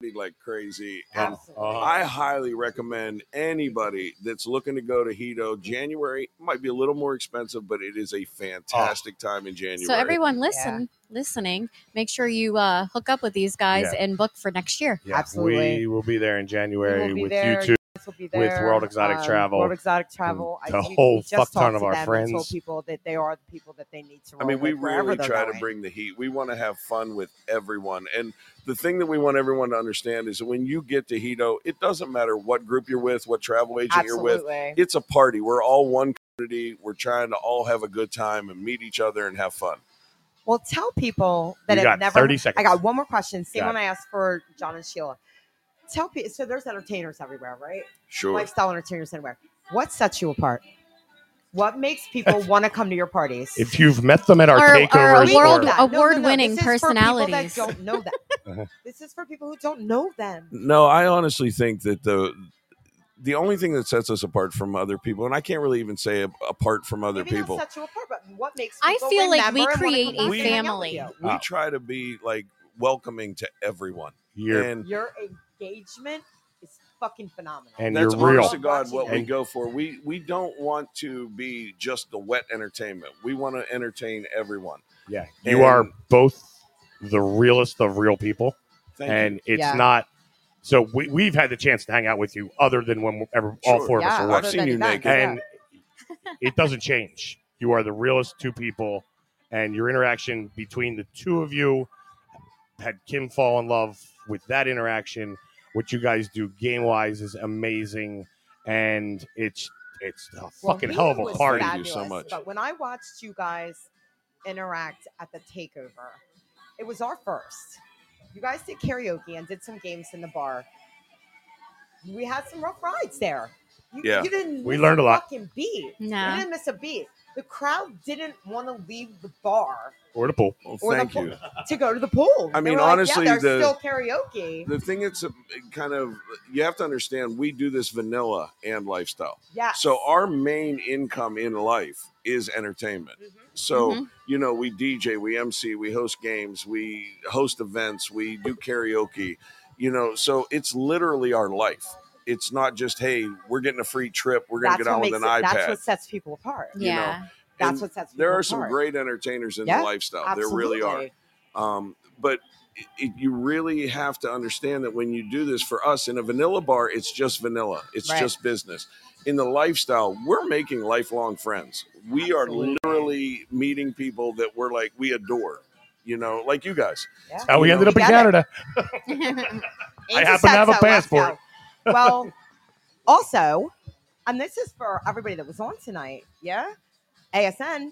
We partied like crazy and
Absolutely.
Uh-huh.
I highly recommend anybody that's looking to go to Hito. January might be a little more expensive, but it is a fantastic time in January.
so everyone listen, listening, make sure you uh, hook up with these guys
Yeah.
and book for next year.
Yeah,
Absolutely.
we will be there in
We
January
will be
with
there.
you two.
Guys will be
with
there.
World Exotic Travel
World Exotic Travel.
and a
we- we
whole
just
fuck ton
talked
of
to
our
them and
friends.
Told people that they are the people that they need to.
I
Roll
mean, we
with wherever
really
they're
try to
going.
bring the heat. We want to have fun with everyone. And the thing that we want everyone to understand is that when you get to Hito, it doesn't matter what group you're with, what travel agent you're with.
Absolutely.
It's a party. We're all one community. We're trying to all have a good time and meet each other and have fun.
Well, tell people that
You got
have never.
30 seconds.
I got one more question. Same
Got
one I asked for John and Sheila. Tell people. So there's entertainers everywhere, right?
Sure.
Lifestyle entertainers everywhere. What sets you apart? What makes people want to come to your parties?
If you've met them at our,
Our- our
takeovers,
We know
world-
that. No, no, no.
award-winning
This is for people
personalities.
that don't know
Uh-huh.
that. this is for people who don't know them.
No, I honestly think that the the only thing that sets us apart from other people, and I can't really even say a- apart from other
Maybe not
people,
set you apart, but what makes
I
people
feel like
remember
we
and wanna come
create
back
a
and hang out
family.
with
we
Ah.
try to be like welcoming to everyone.
you're
and
you. Your engagement is fucking phenomenal.
And
that's
you're real.
honest to God what we
And-
go for. We we don't want to be just the wet entertainment. We want to entertain everyone.
yeah, you are both the realest of real people,
Thank
and
you.
it's
Yeah.
not. So we, we've had the chance to hang out with you, other than when ever, all
Sure.
four of us
Yeah,
are
other
I've
working.
seen
than
you
events,
naked.
yeah.
and it doesn't change. You are the realest two people, and your interaction between the two of you had Kim fall in love with that interaction. What you guys do game wise is amazing, and it's it's a fucking
Well,
hell
Mia
of a
was
party.
Thank you so
fabulous,
much.
But when I watched you guys interact at the takeover, it was our first. You guys did karaoke and did some games in the bar. We had some rough rides there. You,
Yeah.
you didn't.
We
miss
learned a lot.
Fucking beat. You
No.
didn't miss a beat. The crowd didn't want to leave the bar
Or the pool.
Well,
Or the
thank
po-
you.
to go to the pool.
I
They
mean,
were like,
honestly,
yeah, there's still
the-
karaoke.
The thing it's a, kind of you have to understand we do this vanilla and lifestyle.
yeah.
So our main income in life is entertainment.
Mm-hmm.
So
Mhm.
you know we DJ, we MC, we host games, we host events, we do karaoke. You know, so it's literally our life. It's not just hey, we're getting a free trip, we're gonna
that's
get on
what
with
makes
an
it,
iPad.
that's what sets people apart.
you know,
Yeah.
That's
And
what sets people
there are
apart.
some great entertainers in
Yeah,
the lifestyle. There really are.
Absolutely.
Um, but it, it, you really have to understand that when you do this for us in a vanilla bar, it's just vanilla, it's
Right.
just business. In the lifestyle, we're making lifelong friends. We
Absolutely.
are literally meeting people that we're like, we adore, you know, like you guys.
Yeah.
How Oh, we
You
ended
know,
up in
we got it.
Canada. I
Angel
happen to
said
have a
so, let's
passport.
go. Well, also, and this is for everybody that was on tonight. Yeah, ASN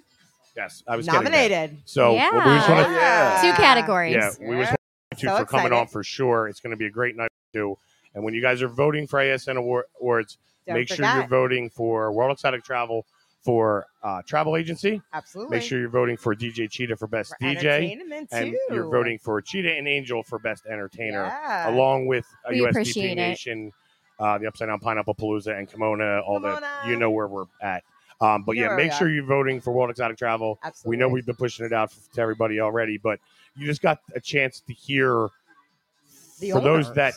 Yes, I was getting there.
nominated.
So
Yeah.
we just want to.
Yeah.
Two categories.
Yeah, we was
Yeah.
thank you
So
for coming
excited.
on for sure. It's going to be a great night too. And when you guys are voting for ASN award, awards,
Don't
make
forget.
sure you're voting for World Exotic Travel for uh, travel agency.
Absolutely.
Make sure you're voting for DJ Cheetah for best
For
DJ,
entertainment,
and
too.
you're voting for Cheetah and Angel for best entertainer,
Yeah.
along with uh, a
We appreciate
USDP
it.
Nation, uh, the Upside Down Pineapple Palooza, and Kimona. All the
Kimona.
you know where we're at. Um, but
You know
yeah,
where
make
we
sure you're voting for World Exotic Travel.
Absolutely.
We know we've been pushing it out to everybody already, but you just got a chance to hear
The
for those
owners.
that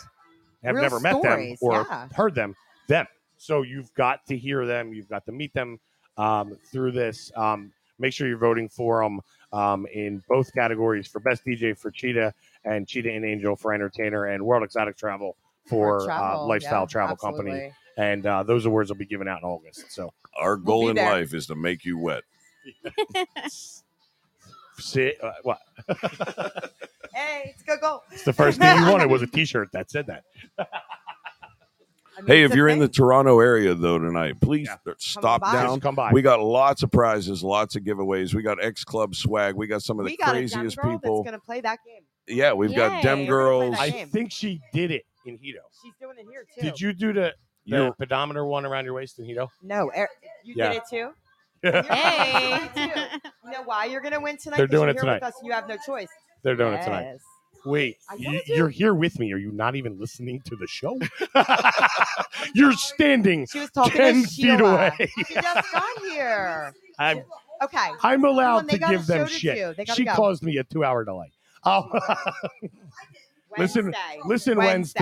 have
Real
never met them
stories,
or
yeah.
heard them, them. So you've got to hear them. You've got to meet them um, through this. Um, make sure you're voting for them um, in both categories for best DJ for Cheetah and Cheetah and Angel for Entertainer and World Exotic Travel for,
travel,
uh, Lifestyle
yeah,
Travel Company.
absolutely.
And uh, those awards will be given out in August. So
Our
be
goal in
there.
life is to make you wet.
sit. Uh, what?
Hey, it's a good goal.
It's the first thing you wanted was a T-shirt that said that.
I mean,
Hey,
it's
if
a
you're in the
thing.
Toronto area though tonight, please uh,
Yeah.
stop
by.
down.
Just come by.
We got lots of prizes, lots of giveaways. We got X Club swag. We got some of the
we got a
craziest
young girl
people.
that's going to play that game.
yeah, we've got
Yay.
Dem
We're gonna play
Girls.
that
I
game.
think she did it in Hito.
She's doing it here too.
Did you do the, the
You-
pedometer one around your waist in Hito?
No, Eric, you
Yeah.
did it too.
Yeah.
You're gonna win too.
Hey.
You know why you're going to win tonight?
They're
'Cause
doing
you're
it
here
tonight.
With us. You have no choice.
They're doing it tonight.
Yes.
Wait,
I
you,
told you.
you're here with me. Are you not even listening to the show? you're standing
She was talking
ten
to
feet
Sheila.
away.
She just got here.
I'm,
Okay.
I'm allowed
on, they
to
got a
give them
show to do.
shit.
They gotta
She
go.
caused me a two-hour delay. Oh, listen,
Wednesday.
listen Wednesday, Wednesday,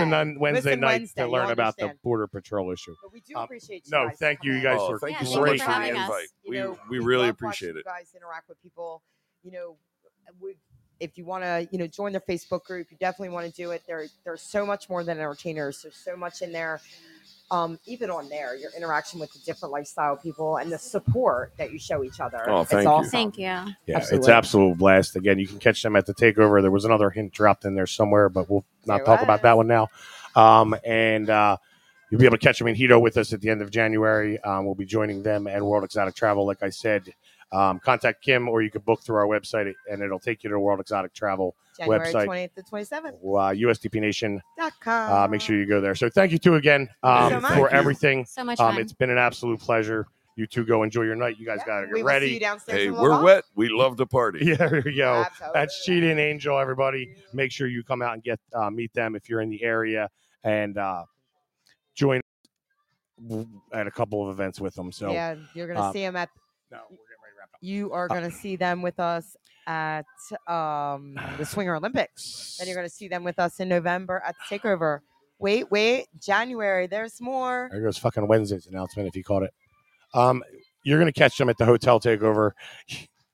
Listen
night
Wednesday,
to
you'll
learn about the
understand.
border patrol issue.
But we do
Um,
appreciate you.
no,
guys
thank you,
coming.
you guys
Oh,
for
thank you
Yeah,
so
thank you
much
great.
for
for the
having us.
invite.
You know,
we, we really
love
appreciate
watching
it.
You guys interact with people. You know, we, if you want to, you know, join their Facebook group, you definitely want to do it. There, there's so much more than entertainers. There's so much in there. Um, even on there, your interaction with the different lifestyle people and the support that you show each other.
Oh, thank
it's
you.
awesome.
Thank you.
Yeah, it's
Absolutely.
absolute blast. Again, you can catch them at the takeover. There was another hint dropped in there somewhere, but we'll not
There
talk about that one now. Um, and uh, You'll be able to catch them in Hito with us at the end of January. Um, we'll be joining them and World Exotic Travel. Like I said, um, contact Kim or you can book through our website and it'll take you to World Exotic Travel,
January
Website.
20th to 27th.
uh, USDP Nation.
Dot com.
Uh, make sure you go there. So thank you two again um,
Thank you so
for
much.
everything.
So much
Um,
fun.
it's been an absolute pleasure. You two go enjoy your night. You guys got to
we
get
will see you
ready.
downstairs.
Hey,
in
we're
Laval.
wet. We love to party.
Yeah, there you go.
Absolutely.
That's Cheating Angel, everybody. Make sure you come out and get uh, meet them if you're in the area and uh, join w- at a couple of events with them. So
yeah, you're gonna
um,
see them at.
no, we're getting ready to wrap up.
You are gonna see them with us at um, the Swinger Olympics. Then you're gonna see them with us in November at the Takeover. Wait, wait, January. There's more.
There goes fucking Wednesday's announcement if you caught it. Um, you're gonna catch them at the hotel takeover.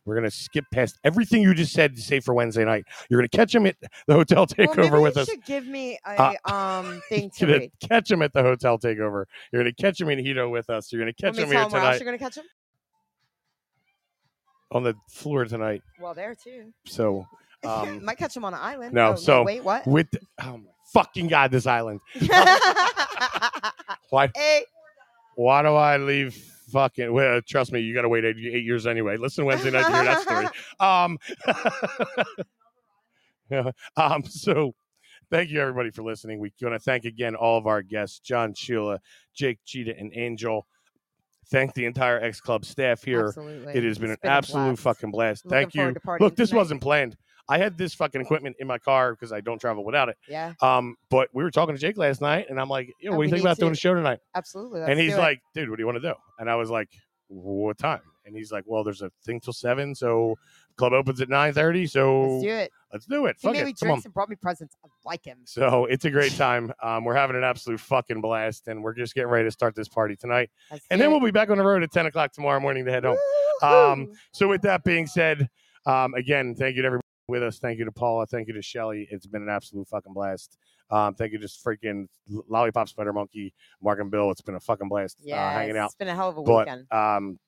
We're gonna skip past everything you just said to save for Wednesday night. You're gonna catch them at the hotel
Well, maybe
takeover
you
with us.
Should give me
Uh,
a um thing to
You're gonna
read.
catch them at the hotel takeover. You're gonna catch them in Hito with us. You're gonna
Want
catch
me
them here
to tell 'em where else
tonight
you're gonna catch them?
on the floor tonight.
Well, there too.
So um,
Might catch them on an island.
no,
Oh,
so
wait, what?
with oh my fucking god, this island. Why
hey,
why do I leave? Fucking well, trust me, you got to wait eight, eight years anyway. Listen Wednesday night to hear that story. Um, Yeah, um, so thank you everybody for listening. We want to thank again all of our guests, John Sheila, Jake Cheetah, and Angel. Thank the entire X Club staff here.
Absolutely.
It has been
It's
an
a
absolute
blast.
fucking blast.
Looking
thank you.
forward to partying
Look, this
tonight.
wasn't planned. I had this fucking equipment in my car because I don't travel without it.
Yeah,
Um, but we were talking to Jake last night, and I'm like, "Yo,
And
what do you
we
think
need
about doing
to-
a show tonight?"
absolutely.
and
let's
he's
do it.
like, dude, what do you want to do? And I was like, what time? And he's like, well, there's a thing till seven, so club opens at nine thirty, so
let's do it.
let's do it. "Oh,
He
Fuck
made me
it, come on.
drinks and brought me presents. I like him.
So it's a great time. Um, we're having an absolute fucking blast, and we're just getting ready to start this party tonight.
Let's
And
do
then
it.
we'll be back on the road at ten o'clock tomorrow morning to head home. um,
Woohoo!
So with that being said, um, again, thank you to everybody with us. Thank you to Paula. Thank you to Shelly. It's been an absolute fucking blast. Um, thank you to just freaking Lollipop Spider Monkey, Mark and Bill. It's been a fucking blast uh,
yes,
hanging out
It's been a hell of a
but
weekend.
um,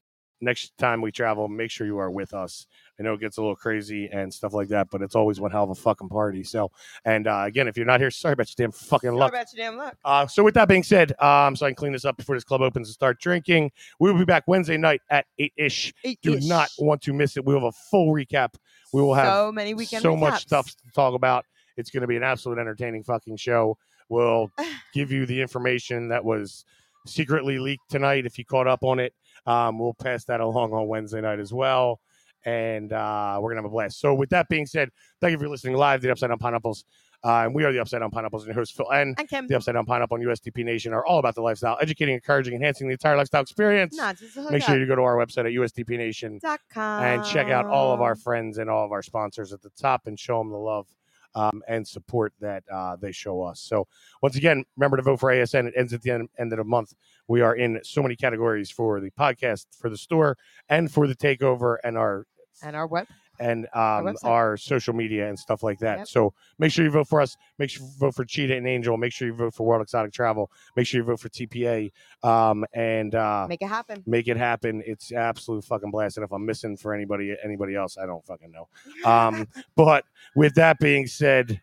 next time we travel, make sure you are with us. I know it gets a little crazy and stuff like that, but it's always one hell of a fucking party. So, and uh, again, if you're not here, sorry about your damn fucking
Sorry
luck.
about your damn luck.
Uh, so, with that being said, um, so I can clean this up before this club opens and start drinking. We will be back Wednesday night at eight ish. Do
Eight-ish.
not want to miss it. We will have a full recap. We will have
so many weekend
so much
recaps.
stuff to talk about. It's going to be an absolute entertaining fucking show. We'll give you the information that was secretly leaked tonight if you caught up on it. Um, we'll pass that along on Wednesday night as well. And uh, we're going to have a blast. So, with that being said, thank you for listening live to the Upside Down Pineapples. Uh, and we are the Upside Down Pineapples and your host, Phil N.
And Kim,
The Upside Down Pineapple and USDP Nation are all about the lifestyle, educating, encouraging, enhancing the entire lifestyle experience.
not just a
Make sure you go to our website at USDP Nation
dot com
and check out all
Oh.
of our friends and all of our sponsors at the top and show them the love um, and support that uh, they show us. So, once again, remember to vote for ASN. It ends at the end, end of the month. We are in so many categories for the podcast, for the store, and for the takeover and our
and our web.
and um,
website.
our social media and stuff like that.
Yep.
So make sure you vote for us. Make sure you vote for Cheetah and Angel. Make sure you vote for World Exotic Travel. Make sure you vote for TPA. Um, and uh,
Make it happen.
make it happen. It's absolute fucking blast. And if I'm missing for anybody, anybody else, I don't fucking know. Um, but with that being said,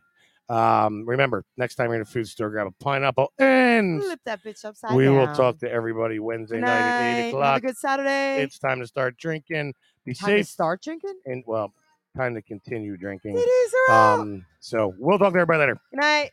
um, remember next time you're in a food store, grab a pineapple, and
Flip that bitch upside
we
down.
will talk to everybody Wednesday
Good
night at eight
night. Have a
o'clock.
good Saturday.
It's time to start drinking. Be
Time to
safe
start drinking.
and well, time to continue
It
drinking.
is. We're out.
Um, so we'll talk to everybody later.
Good night.